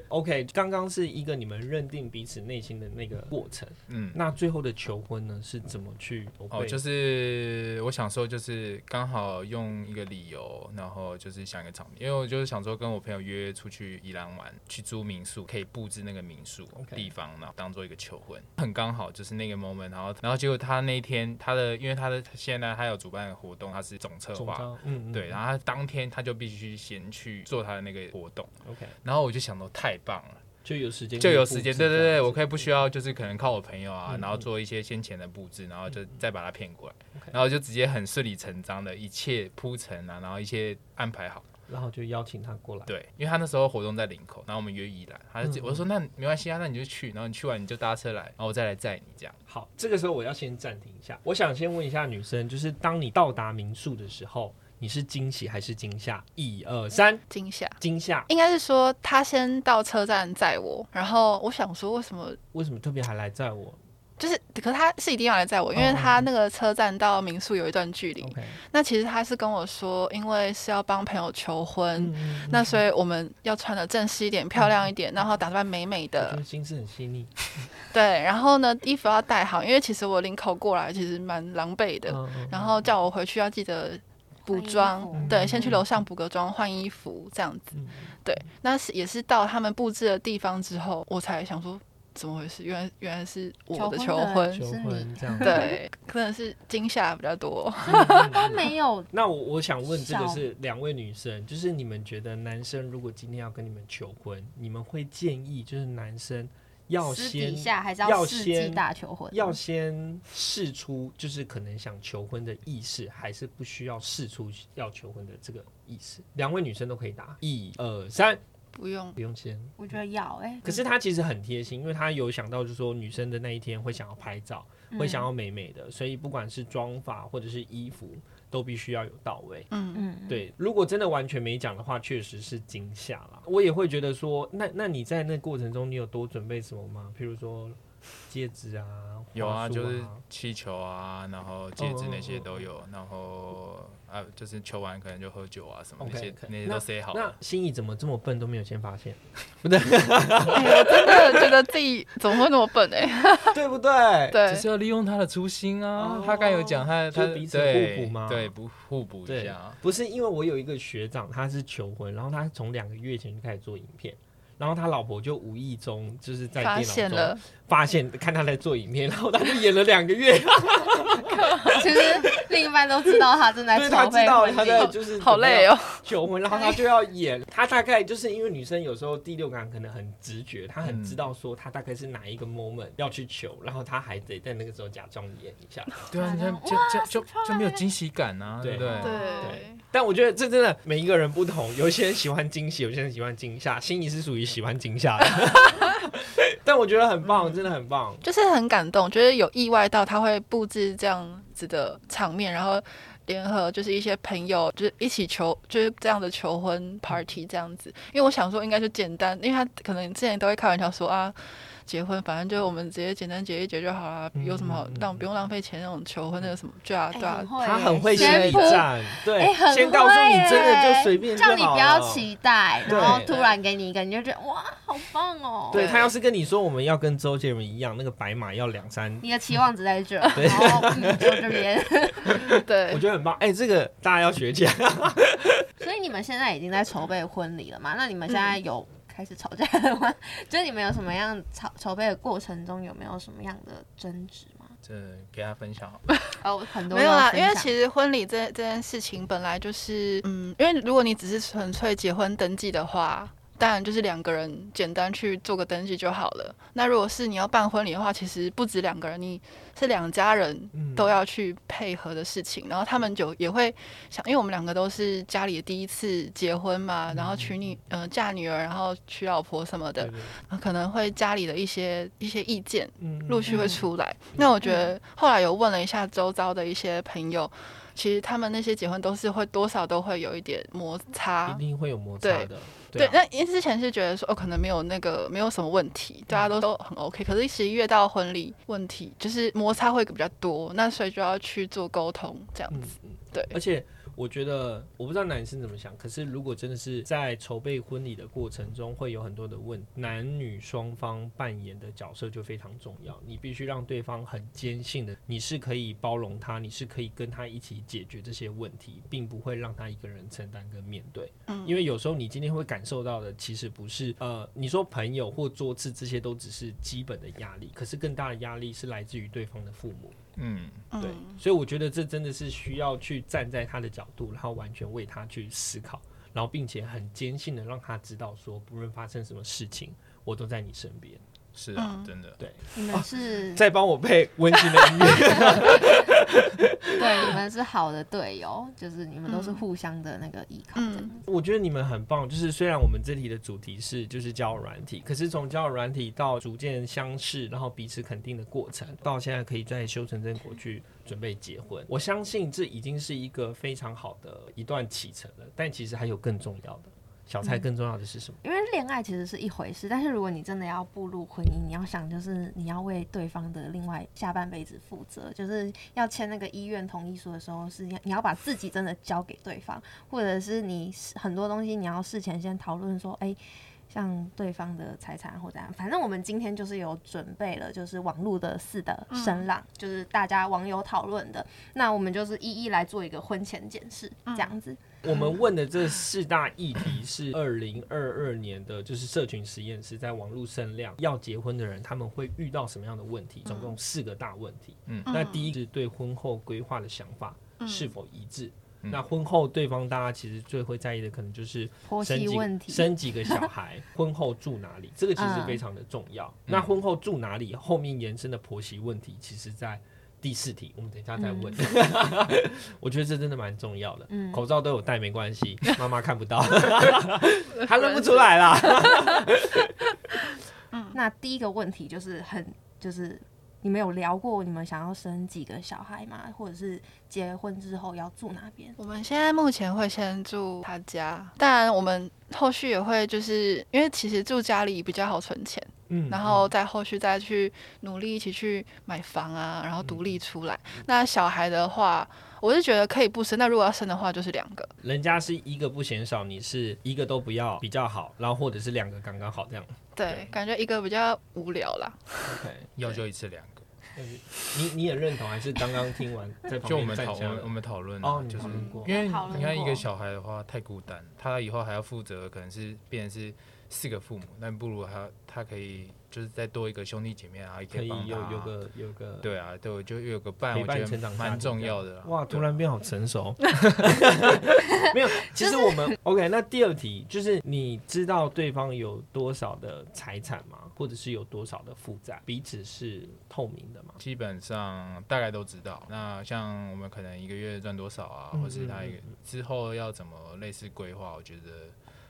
S1: OK，刚刚是一个你们认定彼此内心的那个过程，
S2: 嗯，
S1: 那最后的求婚呢是怎么去？
S2: 哦，就是我想说，就是刚好用一个理由，然后就是想一个场地，因为我就是想说跟我朋友约出去宜兰玩，去租民宿，可以布置那个民宿
S1: OK
S2: 地方，然后当做一个求婚，很刚好就是那个 moment，然后然后结果他那天他的，因为他的现在他有主办的活动，他是总策
S1: 总
S2: 划，
S1: 招，嗯，嗯
S2: 对，然后他当天他就必须先去做他的那个活动，
S1: ，OK，
S2: 然后我就想到太棒了，
S1: 就有时间
S2: 就有时间，对对
S1: 这样
S2: 对，
S1: 子
S2: 我可以不需要就是可能靠我朋友啊，
S1: 嗯
S2: 然后做一些先前的布置，然后就再把他骗过来，然后就直接很顺理成章的一切铺陈啊，然后一切安排好，
S1: 然后就邀请他过来。
S2: 对，因为他那时候活动在林口，然后我们约宜兰，他
S1: 嗯
S2: 就我就说那没关系啊，那你就去，然后你去完你就搭车来，然后我再来载你这样，
S1: 好，这个时候我要先暂停一下，我想先问一下女生，就是当你到达民宿的时候，你是惊喜还是惊吓？一二三，
S5: 惊吓，
S1: 惊吓！
S5: 应该是说他先到车站载我，然后我想说为什么。
S1: 为什么特别还来载我
S5: 就是，可是他是一定要来载我，因为他那个车站到民宿有一段距离。
S1: ？OK，
S5: 那其实他是跟我说，因为是要帮朋友求
S1: 嗯
S5: 婚，那所以我们要穿的正式一点、漂亮一点，然后打扮美美
S1: 我觉
S5: 的
S1: 得。心思很细腻。
S5: 对，然后呢，衣服要带好，因为其实我领口过来其实蛮狼狈的。
S1: 嗯嗯
S5: 然后叫我回去要记得补妆
S4: 换衣服，
S5: 对，先去楼上补个妆、换衣服这样
S1: 嗯
S5: 子。对，那是也是到他们布置的地方之后，我才想说怎么回事，原来原来是我的
S4: 求
S5: 求
S4: 婚
S5: 婚
S4: 的。
S1: 求婚这样。 (laughs)
S5: 对，可能是惊吓比较多。
S4: 他没有
S1: 那我我想问，这个
S4: 笑
S1: 是两位女生，就是你们觉得男生如果今天要跟你们求婚，你们会建议就是男生要
S4: 私
S1: 先
S4: 底下还是
S1: 要
S4: 世纪
S1: 先
S4: 大求婚，
S1: 要先试出就是可能想求婚的意识，还是不需要试出要求婚的这个意识？两位女生都可以答，一二三，
S5: 不用，
S1: 不用先。
S4: 我觉得要哎、
S1: 可是他其实很贴心，因为他有想到，就是说女生的那一天会想要拍照，会
S5: 嗯
S1: 想要美美的，所以不管是妆法或者是衣服，都必须要有到位。 (laughs)
S5: 嗯，
S4: 嗯，
S1: 对，如果真的完全没讲的话，确实是惊吓啦。我也会觉得说，那那你在那过程中，你有多准备什么吗？譬如说戒指啊，
S2: 有
S1: 花
S2: 啊，
S1: 束
S2: 就是气球啊，然后戒指那些都
S1: 嗯
S2: 有，然后啊就是求完可能就喝酒啊什么那些
S1: OK，OK
S2: 那些都 say 好了
S1: 那。心仪怎么这么笨都没有先发
S2: (laughs)
S1: 现，
S5: 哎我真的觉得自己怎么会那么笨哎、
S1: 对不对？
S5: (laughs) 对
S2: 只，是要利用他的初心啊。
S1: 哦
S2: 他刚有讲他
S1: 就
S2: 他
S1: 是彼此
S2: 对
S1: 互补嘛
S2: 对，不互补一
S1: 对
S2: 下。，啊
S1: 不是因为我有一个学长，他是求婚，然后他从两个月前就开始做影片，然后他老婆就无意中就是在
S5: 发
S1: 电脑
S5: 现
S1: 中
S5: 了，
S1: 发现看他在做影片，然后他就演了两个月，
S4: (laughs) 其实另一半都知道他正在
S1: 因为他
S4: 筹
S1: 知
S4: 备
S1: 道
S4: 婚
S1: 他在
S4: 礼，
S1: 就是
S5: 好累哦。
S1: 求婚，然后他就要演，他大概就是因为女生有时候第六感可能很直觉，她很知道说她大概是哪一个 moment 要去求，然后她还得在那个时候假装演一下。
S2: 对啊，你看
S4: 哇
S2: 就就就就没有惊喜感啊，
S1: 对
S2: 对不对？
S1: 对，但我觉得这真的每一个人不同，有一些人喜欢惊喜，有些人喜欢惊吓，心仪是属于喜欢惊吓的。 (laughs) 但我觉得很棒，真的很棒。
S5: 就是很感动，觉得有意外到他会布置这样子的场面，然后联合就是一些朋友，就是一起求，就是这样的求
S1: 嗯
S5: 婚 party 这样子。因为我想说应该就简单，因为他可能之前都会开玩笑说啊，结婚反正就我们直接简单结一结就好啦，
S1: 嗯
S5: 有什么好
S1: 嗯嗯
S5: 浪不用浪费钱那种求婚那个什么，对啊对啊
S4: 哎很，会耶，
S1: 他很会心
S4: 先
S1: 理
S4: 铺
S1: 战，对
S4: 嗯哎，很
S1: 先告诉你
S4: 会
S1: 真的就
S4: 耶
S1: 随便就
S4: 叫你
S1: 好
S4: 不要
S1: 了
S4: 期待，
S1: 对
S4: 然后突然给你一个，你就觉得哇，好棒哦！
S1: 对他要是跟你说我们要跟周杰伦一样，那个白马要两三，
S4: 你的期望值在这，然后嗯就这边。 (laughs)
S1: 我
S5: 对，啊
S1: 觉得很棒。哎、这个大家要学起来。
S4: 所以你们现在已经在筹备婚礼了嘛？那你们现在
S1: 嗯
S4: 有开始吵架了吗？ (laughs) 就是你们有什么样筹筹备的过程中有没有什么样的争执吗？
S2: 这给他分享好了。
S4: 哦，很多
S5: 没有啦，
S4: 要分
S5: 因
S4: 享
S5: 为其实婚礼这这件事情本来就是，嗯，因为如果你只是纯粹结婚登记的话，当然就是两个人简单去做个登记就好了。那如果是你要办婚礼的话，其实不止两个人，你是两家人
S1: 嗯
S5: 都要去配合的事情。然后他们就也会想，因为我们两个都是家里的第一次结婚
S4: 嗯
S5: 嘛，然后娶女，呃，嫁女儿，然后娶老婆什么的，可能会家里的一些一些意见。
S1: 嗯
S5: 陆续会出来。那我觉得后来有问了一下周遭的一些朋友，其实他们那些结婚都是会多少都会有一点摩
S1: 一
S5: 擦。
S1: 定会有摩擦
S5: 对
S1: 的。
S5: 对
S1: 啊，
S5: 那因为之前是觉得说哦，可能没有那个没有什么问题，大家都都
S1: 嗯
S5: 很 OK。可是其实越到婚礼，问题就是摩擦会比较多，那所以就要去做沟通这样
S1: 嗯
S5: 子。，
S1: 嗯
S5: 对
S1: 而且我觉得，我不知道男生怎么想，可是如果真的是在筹备婚礼的过程中，会有很多的问，男女双方扮演的角色就非常重要。你必须让对方很坚信的，你是可以包容他，你是可以跟他一起解决这些问题，并不会让他一个人承担跟面对。
S5: 嗯
S1: 因为有时候你今天会感受到的，其实不是呃，你说朋友或桌次这些都只是基本的压力，可是更大的压力是来自于对方的父母。
S2: 嗯，
S5: 嗯
S1: 对，所以我觉得这真的是需要去站在他的角度，然后完全为他去思考，然后并且很坚信的让他知道说，不论发生什么事情，我都在你身边。
S2: 是啊
S5: 嗯，
S2: 真的。
S1: 对，
S4: 你们是
S1: 再帮我配温馨的音乐。
S4: 对你们是好的队友，就是你们都是互相的那个依靠。
S5: 嗯
S4: 这样
S1: 我觉得你们很棒，就是虽然我们这题的主题是就是交友软体，可是从交友软体到逐渐相识，然后彼此肯定的过程，到现在可以在修成正果去准备结婚，我相信这已经是一个非常好的一段启程了。但其实还有更重要的，小蔡更重要的是什么？
S4: 因为恋爱其实是一回事，但是如果你真的要步入婚姻，你要想就是你要为对方的另外下半辈子负责，就是要签那个医院同意书的时候，是要你要把自己真的交给对方，或者是你是很多东西你要事前先讨论说，哎、像对方的财产或怎样，反正我们今天就是有准备了，就是网络的四的声浪，就是大家网友讨论的，那我们就是一一来做一个婚前检视，这样子。
S1: 我们问的这四大议题是二零二二年的，就是社群实验室在网络声量要结婚的人，他们会遇到什么样的问题？总共四个大问题。
S2: 嗯
S1: 那第一是对婚后规划的想法是否一致？
S2: 嗯
S1: 那婚后对方大家其实最会在意的，可能就是
S4: 婆
S1: 生
S4: 媳
S1: 几
S4: 问
S1: 个
S4: 题，嗯
S1: 生几个小孩， (laughs) 婚后住哪里？这个其实非常的重要。
S2: 嗯
S1: 那婚后住哪里后面延伸的婆媳问题，其实在第四题，我们等一下再问。 (laughs) 我觉得这真的蛮重要的。
S4: 嗯
S1: 口罩都有戴没关
S4: (laughs)
S1: 系，妈妈看不到，她认不出来
S4: (laughs)
S1: 啦。
S4: 那第一个问题就是很就是你们有聊过你们想要生几个小孩吗？或者是结婚之后要住哪边？
S5: 我们现在目前会先住他家，当然我们后续也会就是因为其实住家里比较好存钱。
S1: 嗯
S5: 然后再后续再去努力一起去买房啊，然后独
S1: 嗯
S5: 立出来。那小孩的话，我是觉得可以不生，那如果要生的话，就是两个。
S1: 人家是一个不嫌少，你是一个都不要比较好，然后或者是两个刚刚好这样。
S5: 对
S1: 对，
S5: 感觉一个比较无聊啦。
S1: OK，
S2: 要就一次两个，
S1: 你你也认同还是刚刚听完在旁
S2: 就我
S1: 边
S2: 们
S1: 站
S2: 讨
S1: 下
S2: 我们
S1: 的
S2: 我？们讨论啊
S1: 哦，你
S2: 就是
S1: 讨论过
S2: 因为
S4: 嗯讨论
S2: 你看一
S4: 过
S2: 个小孩的话太孤单，他以后还要负责，可能是变成是四个父母，那不如他他可以就是再多一个兄弟姐妹啊，也
S1: 可以
S2: 帮他
S1: 有
S2: 啊
S1: 有个有个
S2: 对啊，对，我就有个伴，
S1: 陪
S2: 我觉
S1: 伴成长
S2: 得
S1: 家
S2: 蛮
S1: 庭
S2: 重
S1: 这样
S2: 要的啦。
S1: 哇，
S2: 对
S1: 突
S2: 啊
S1: 然变好成熟。没有，其实我们 OK。那第二题就是你知道对方有多少的财产吗？或者是有多少的负债？彼此是透明的吗？
S2: 基本上大概都知道。那像我们可能一个月赚多少啊，
S1: 嗯
S2: 或是他一个
S1: 嗯
S2: 之后要怎么类似规划，我觉得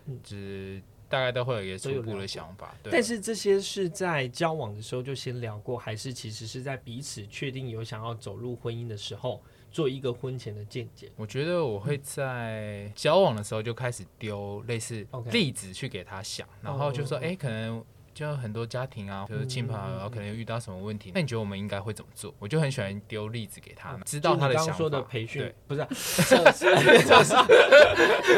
S1: 嗯
S2: 就是大概都会有一个
S1: 都有
S2: 初步
S1: 聊
S2: 的想法。对，
S1: 但是这些是在交往的时候就先聊过，还是其实是在彼此确定有想要走入婚姻的时候做一个婚前的见解？
S2: 我觉得我会在交往的时候就开始丢类似
S1: OK
S2: 例子去给他想，然后就说，
S1: 哦嗯
S2: 哎、可能。就很多家庭啊，就是亲朋好友可能有遇到什么问题，那你觉得我们应该会怎么做？我就很喜欢丢例子给他们，知
S1: 嗯
S2: 道
S1: 就
S2: 他
S1: 你
S2: 的
S1: 刚
S2: 想
S1: 刚
S2: 法。
S1: 说的培训
S2: 对
S1: 不是啊测试测试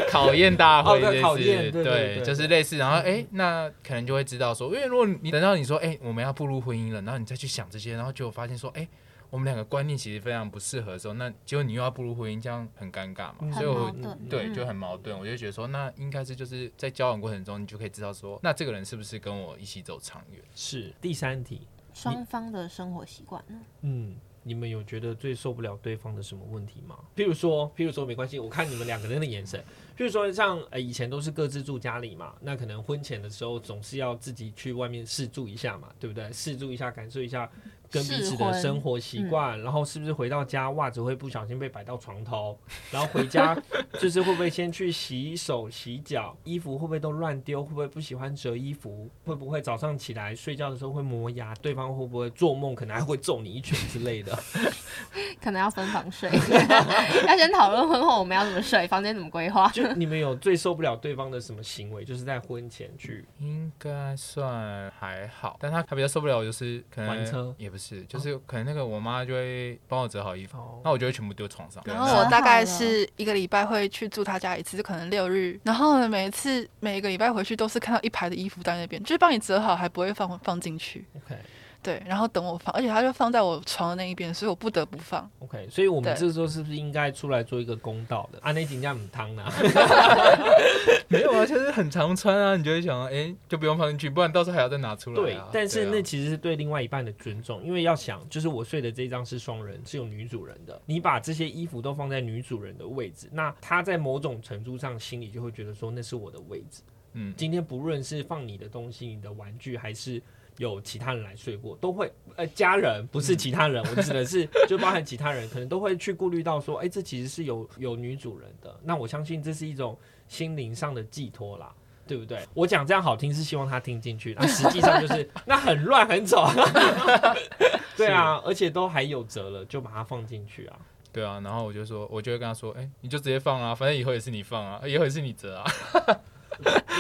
S2: 考验大会
S1: 哦
S2: 这
S1: 对
S2: 件
S1: 考
S2: 事
S1: 验对对
S2: 对
S1: 对
S2: 就是
S1: 对
S2: 类似。然后哎、那可能就会知道说，因为如果你等到你说哎、我们要步入婚姻了，然后你再去想这些，然后结果发现说哎、我们两个观念其实非常不适合的时候，那结果你又要步入婚姻，这样很尴尬嘛。
S1: 嗯
S2: 所
S4: 很
S2: 以
S4: 矛
S2: 我
S4: 盾，
S2: 对，
S4: 嗯
S2: 就很矛盾。我就觉得说，那应该是就是在交往过程中，你就可以知道说，那这个人是不是跟我一起走长远？
S1: 是第三题，
S4: 双方的生活习惯呢？
S1: 嗯。你们有觉得最受不了对方的什么问题吗？譬如说，譬如说，没关系，我看你们两个人的眼神。譬如说像，呃以前都是各自住家里嘛，那可能婚前的时候总是要自己去外面试住一下嘛，对不对？试住一下，感受一下跟彼此
S4: 试
S1: 的
S4: 婚
S1: 生活习惯，然后是不是回到家袜子会不小心被摆到床头，然后回家就是会不会先去洗手、洗脚，衣服会不会都乱丢，会不会不喜欢折衣服，会不会早上起来睡觉的时候会磨牙，对方会不会做梦可能还会揍你一拳之类的。
S4: (laughs)
S1: (laughs)
S4: 可能要分房睡， (laughs) 要先讨论婚后我们要怎么睡，房间怎么规划。
S1: 就你们有最受不了对方的什么行为，就是在婚前去
S2: 应该算还好，但他他比较受不了我就是可能
S1: 玩车
S2: 也不是，就是可能那个我妈就会帮我折好衣服，
S1: 哦
S2: 那我就会全部丢床上。对
S5: 然
S2: 那
S1: 啊
S5: 后我大概是一个礼拜会去住他家一次，就可能六日。然后呢，每一次每一个礼拜回去都是看到一排的衣服在那边，就是帮你折好，还不会放放进去。
S1: OK。
S5: 对，然后等我放，而且他就放在我床的那一边，所以我不得不放。
S1: OK，所以我们
S5: 对
S1: 这时候是不是应该出来做一个公道的？啊，那井家很汤啦，
S2: (laughs) 没有啊，就是很常穿啊，你就会想到，哎、就不用放进去，不然到时候还要再拿出来、
S1: 对
S2: 啊。，
S1: 但是
S2: 对啊
S1: 那其实是对另外一半的尊重，因为要想，就是我睡的这张是双人，是有女主人的，你把这些衣服都放在女主人的位置，那她在某种程度上心里就会觉得说那是我的位置。
S2: 嗯，
S1: 今天不论是放你的东西、你的玩具，还是有其他人来睡过，都会呃家人不
S2: 嗯
S1: 是其他人，我指的
S2: (laughs)
S1: 是就包含其他人，可能都会去顾虑到说，哎、这其实是有有女主人的。那我相信这是一种心灵上的寄托啦。对不对？我讲这样好听是希望他听进去啦，那实际上就是
S2: (laughs)
S1: 那很乱很丑。对啊，而且都还有折了，就把它放进去啊。
S2: 对啊，然后我就说，我就会跟他说，哎、你就直接放啊，反正以后也是你放啊，以后也是你折啊。 (laughs)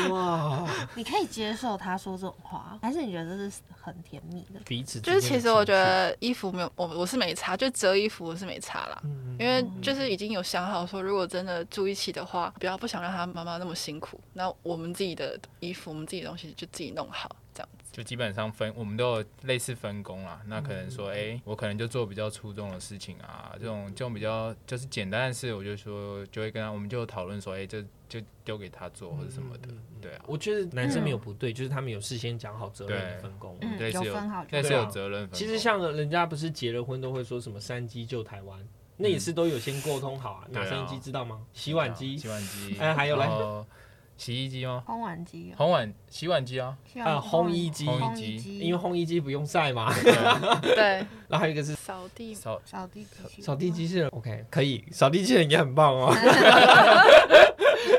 S1: 哇，
S4: 你可以接受他说这种话，还是你觉得这是很甜蜜的？
S1: 彼此
S5: 就是其实我觉，得衣服没有，我我是没差，就折衣服我是没差啦。
S1: 嗯
S5: 因为就是已经有想好说，如果真的住一起的话，不要不想让他妈妈那么辛苦，那我们自己的衣服，我们自己的东西就自己弄好，这样子。
S2: 就基本上分，我们都有类似分工啦。那可能说，
S1: 嗯
S2: 哎、我可能就做比较粗重的事情啊，这种这种比较就是简单的事，我就说就会跟他，我们就讨论说，哎、这就就丢给他做或者什么
S1: 嗯
S2: 的，对啊，
S1: 我觉得男生没有不对，就是他们有事先讲好责任的
S2: 嗯对
S1: 分工。
S4: 嗯
S2: 类似
S4: 有分好就
S2: 类似
S1: 对啊
S2: 有责任分工。
S1: 其实像人家不是结了婚都会说什么三机救台湾，那也是都有先沟通好啊。
S2: 对
S1: 哪
S2: 啊
S1: 三机知道吗？洗碗机
S2: 洗碗机，
S1: 哎还有嘞
S2: 然后洗衣机吗？
S4: 烘碗机哦
S2: 烘碗洗碗机啊，
S1: 啊，烘衣机，
S2: 烘
S4: 烘
S2: 衣
S4: 衣机，
S1: 因为烘衣机不用晒嘛。
S5: 对，
S1: 然后还有一个是
S5: 扫地
S2: 扫
S4: 扫地机，
S1: 扫地。机器人，OK，可以，扫地机器人也很棒哦，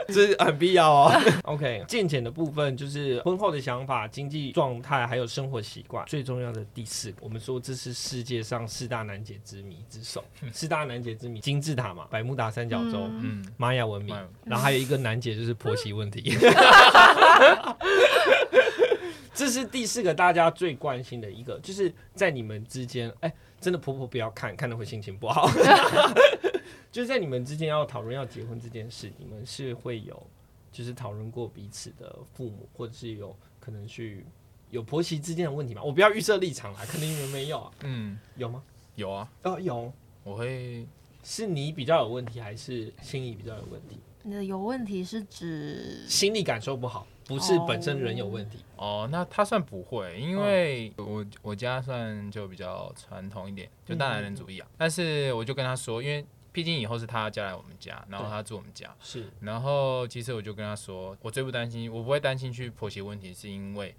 S1: 这是很必要哦。OK，健检的部分就是婚后的想法、经济状态还有生活习惯，最重要的第四个，我们说这是世界上四大难解之谜之首，四大难解之谜，金字塔嘛，百慕达三角洲。
S5: 嗯
S2: 嗯，
S1: 玛雅文明
S2: 玛雅，
S1: 然后还有一个难解就是婆媳问题。这是第四个大家最关心的一个，就是在你们之间，哎、真的婆婆不要看，看了会心情不好。就是在你们之间要讨论要结婚这件事，你们是会有就是讨论过彼此的父母，或者是有可能去有婆媳之间的问题吗？我不要预设立场啦，可能你们没有啊，
S2: 嗯，
S1: 有吗？
S2: 有啊，
S1: 哦，有，
S2: 我会
S1: 是你比较有问题，还是心理比较有问题？
S4: 你的有问题是指
S1: 心理感受不好，不是本身人有问题。
S2: 哦，那他算不会，因为我我家算就比较传统一点，就大男人主义啊。但是我就跟他说，因为毕竟以后是他家来我们家，然后
S1: 对
S2: 他住我们家，
S1: 是
S2: 然后其实我就跟他说，我最不担心，我不会担心去婆媳问题，是因为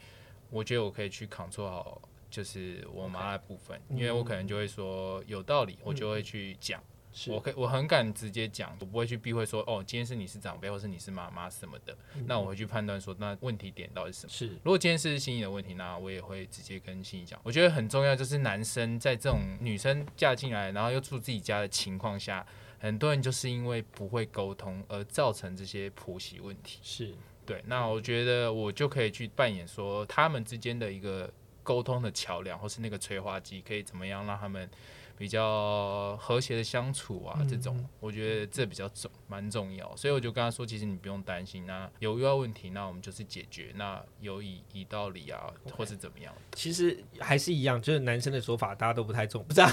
S2: 我觉得我可以去 control 好，就是我妈的部分，因为我可能就会说有道理，我就会去讲。
S1: 是
S2: 我可以我很敢直接讲，我不会去避讳说哦，今天是你是长辈或是你是妈妈什么的，那我会去判断说那问题点到底是什么。
S1: 嗯是
S2: 如果今天是心仪的问题，那我也会直接跟心仪讲。我觉得很重要，就是男生在这种女生嫁进来，然后又住自己家的情况下，很多人就是因为不会沟通而造成这些婆媳问题。
S1: 是
S2: 对，那我觉得我就可以去扮演说他们之间的一个沟通的桥梁，或是那个催化剂，可以怎么样让他们比较和谐的相处啊？这
S1: 嗯
S2: 种我觉得这比较重，蛮重要。所以我就跟他说，其实你不用担心，那有遇到问题，那我们就是解决，那有以以道理啊，或是怎么样？
S1: 其实还是一样，就是男生的说法大家都不太中，不是、 (laughs) 啊？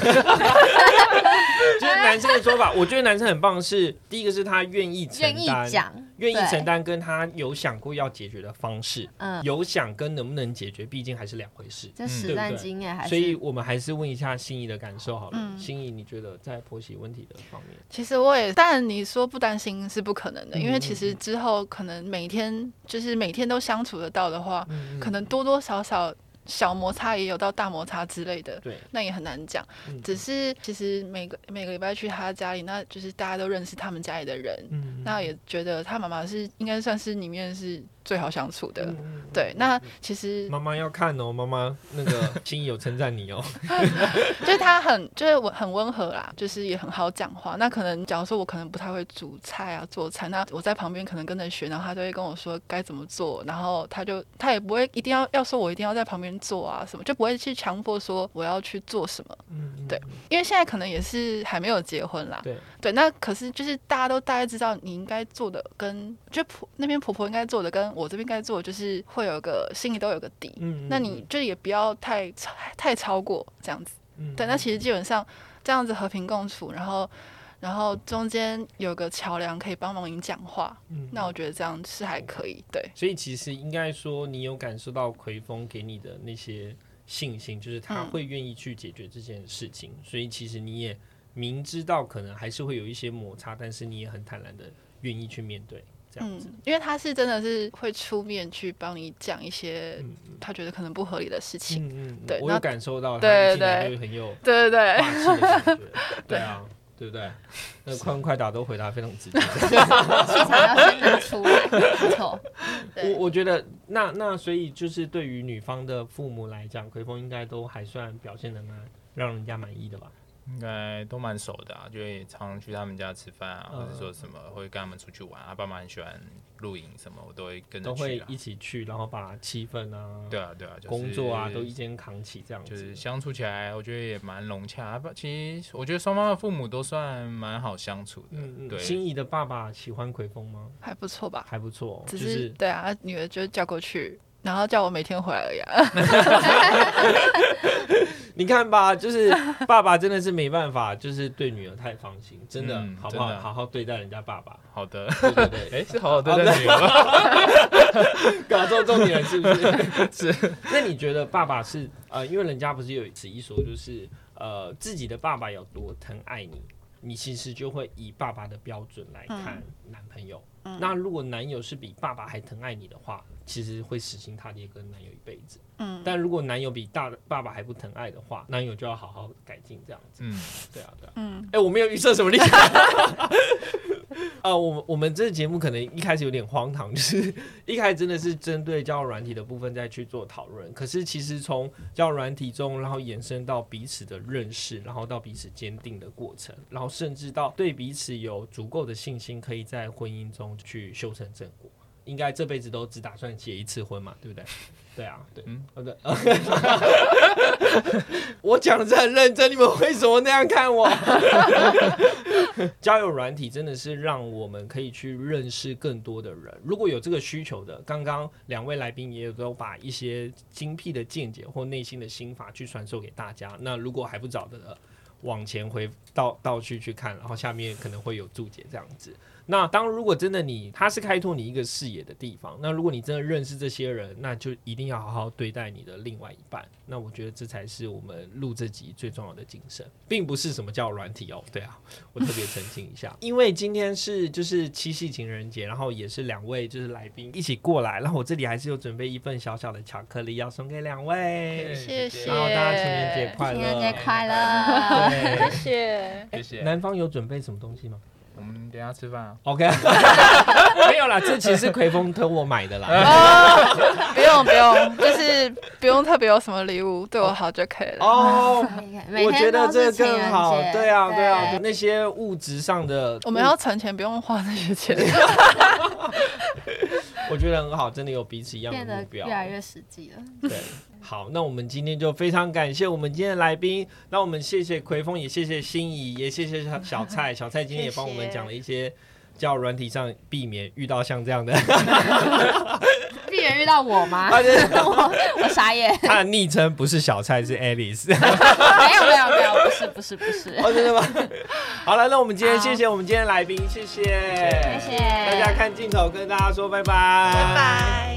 S1: 就是男生的说法，我觉得男生很棒的是，第一个是他愿意承
S4: 愿意
S1: 担，
S4: 讲，
S1: 愿意
S4: 对
S1: 承担，跟他有想过要解决的方式，
S4: 嗯，
S1: 有想跟能不能解决，毕竟还是两回事。
S4: 这
S2: 嗯
S4: 实
S1: 对不
S4: 战
S1: 对
S4: 经验还是
S1: 所以我们还是问一下心仪的感受好了。
S5: 嗯
S1: 心仪，你觉得在婆媳问题的方面，
S5: 其实我也，但你说不担心是不可能的，因为其
S1: 嗯
S5: 实之后可能每天就是每天都相处得到的话，
S1: 嗯
S5: 可能多多少少小摩擦也有到大摩擦之类的，
S1: 对，
S5: 那也很难讲。
S1: 嗯
S5: 只是其实每个每个礼拜去他家里，那就是大家都认识他们家里的人，
S1: 嗯
S5: 那也觉得他妈妈是应该算是里面是最好相处的。
S1: 嗯嗯
S5: 对，那其实
S1: 妈妈要看哦，妈妈那个心仪有称赞你哦，
S5: 就是他很就是我很温和啦，就是也很好讲话。那可能假如说我可能不太会煮菜啊做菜，那我在旁边可能跟着学，然后他就会跟我说该怎么做，然后他就他也不会一定要要说我一定要在旁边做啊什么，就不会去强迫说我要去做什么。
S1: (laughs) 嗯
S5: 对因为现在可能也是还没有结婚啦，
S1: 对，
S5: 对，那可是就是大家都大概知道你应该做的跟就婆那边婆婆应该做的跟我这边该做的，就是会有个心里都有个底。
S1: 嗯
S5: 那你就也不要太超太超过这样子。
S1: 嗯
S5: 对，那其实基本上这样子和平共处，然后然后中间有个桥梁可以帮忙你讲话，
S1: 嗯
S5: 那我觉得这样是还可以。对，
S1: 所以其实应该说，你有感受到奎峰给你的那些信心，就是他
S5: 嗯
S1: 会愿意去解决这件事情。所以其实你也明知道可能还是会有一些摩擦，但是你也很坦然的愿意去面对这样
S5: 嗯
S1: 子。，
S5: 因为他是真的是会出面去帮你讲一些
S1: 嗯
S5: 他觉得可能不合理的事情。
S1: 嗯嗯，
S5: 对
S1: 我
S5: 那
S1: 有感受到，
S5: 对
S1: 他进来
S5: 对
S1: 就很有
S5: 对对对。
S1: 霸气的感觉，对啊。对不对？
S5: (laughs)
S1: 那快问快答都回答非常直接。 (laughs)
S4: 气场要先拿出来，没错，
S1: 我
S5: 对
S1: 我觉得那那所以就是对于女方的父母来讲，奎峰应该都还算表现的蛮让人家满意的吧？
S2: 应该都蛮熟的啊，就也常常去他们家吃饭啊，
S1: 嗯
S2: 或者说什么会跟他们出去玩啊。爸妈很喜欢露营什么，我都会跟着
S1: 都
S2: 去
S1: 会
S2: 啊。
S1: 一起去，然后把气氛啊、
S2: 对啊，对啊，就是
S1: 工作啊都一肩扛起，这样
S2: 就
S1: 子。
S2: 是相处起来，我觉得也蛮融洽啊。不其实我觉得双方的父母都算蛮好相处的。
S1: 嗯嗯，
S2: 对
S1: 心仪的爸爸喜欢奎峰吗？
S5: 还不错吧？
S1: 还不错哦，
S5: 只、
S1: 就是是
S5: 对啊，女儿就叫过去，然后叫我每天回来而已、啊。
S1: 你看吧，就是 (laughs) 爸爸真的是没办法，就是对女儿太放心，真的
S2: 嗯
S1: 好不好？
S2: 真的
S1: 好好对待人家爸爸，
S2: (laughs) 好的，
S1: 对对 (laughs) 对，
S2: 哎，是 (laughs) 好 (laughs) 好对待女儿吗，
S1: (laughs) 搞错啊重点了是不是？ (laughs) 是。那你觉得爸爸是呃，因为人家不是有此一说，就是呃，自己的爸爸有多疼爱你，你其实就会以爸爸的标准来看男朋友。那如果男友是比爸爸还疼爱你的话，其实会死心塌地跟男友一辈子。
S5: 嗯，
S1: 但如果男友比大爸爸还不疼爱的话，男友就要好好改进这样子。
S2: (laughs) 嗯，
S1: 对啊，对啊。
S5: 嗯，
S1: 哎、我没有预设什么立场。 (laughs) 呃，我们我们这个节目可能一开始有点荒唐， (laughs) 就是一开始真的是针对交友软体的部分再去做讨论。可是其实从交友软体中，然后延伸到彼此的认识，然后到彼此坚定的过程，然后甚至到对彼此有足够的信心，可以在婚姻中去修成正果。应该这辈子都只打算结一次婚嘛，对不对？对啊，对，嗯
S2: 嗯，
S1: 对。 (laughs) 我讲的是很认真，你们为什么那样看我？交友软体真的是让我们可以去认识更多的人。如果有这个需求的，刚刚两位来宾也有都把一些精辟的见解或内心的心法去传授给大家。那如果还不找的，往前回到倒叙去看，然后下面可能会有注解这样子。那当如果真的你它是开拓你一个视野的地方，那如果你真的认识这些人，那就一定要好好对待你的另外一半。那我觉得这才是我们录这集最重要的精神，并不是什么叫软体哦。对啊，我特别澄清一
S5: (laughs)
S1: 下，因为今天是就是七夕情人节，然后也是两位就是来宾一起过来，然后我这里还是有准备一份小小的巧克力要送给两位，
S5: 谢谢
S1: 然后大家情人节快乐，
S4: 情人节快乐！
S1: 对
S5: 谢谢。
S2: 谢谢。
S1: 南方有准备什么东西吗
S2: 我们等一下吃饭啊。
S1: (laughs) ？OK，没有啦，这其实是奎峰跟我买的啦。
S5: 哦，不用不用，就是不用特别有什么礼物，对我好就可以了。
S1: (laughs) 哦，
S4: 每
S1: 我觉
S4: 天
S1: 得
S4: 都
S1: 这
S4: 是
S1: 个
S4: 情
S1: 更
S4: 人
S1: 好，
S4: 节，
S1: 对啊，对啊，那些物质上的，
S5: 我们要存钱，不用花那些钱。
S1: 我觉得很好，真的有彼此一样
S4: 变
S1: 的
S4: 得
S1: 目标
S4: 越。来越实际了。
S1: 对，好，那我们今天就非常感谢我们今天的来宾，那我们谢谢奎峰，也谢谢心怡，也谢谢小小
S4: (laughs)
S1: 蔡，小蔡今天也帮我们讲了一些。叫软体上避免遇到像这样
S4: (laughs)
S1: 的， (laughs)
S4: 必然遇到我吗？
S1: 他的
S4: 我我傻
S1: (laughs)
S4: 眼，
S1: 他的昵称不是小蔡，是 Alice。
S4: 没有没有没有，不是不是不是，
S1: (laughs) 哦，真的吗？好了，那我们今天
S4: 好
S1: 谢谢我们今天的来宾，谢谢，
S4: 谢谢
S1: 大家看镜头，跟大家说拜拜，拜
S5: 拜。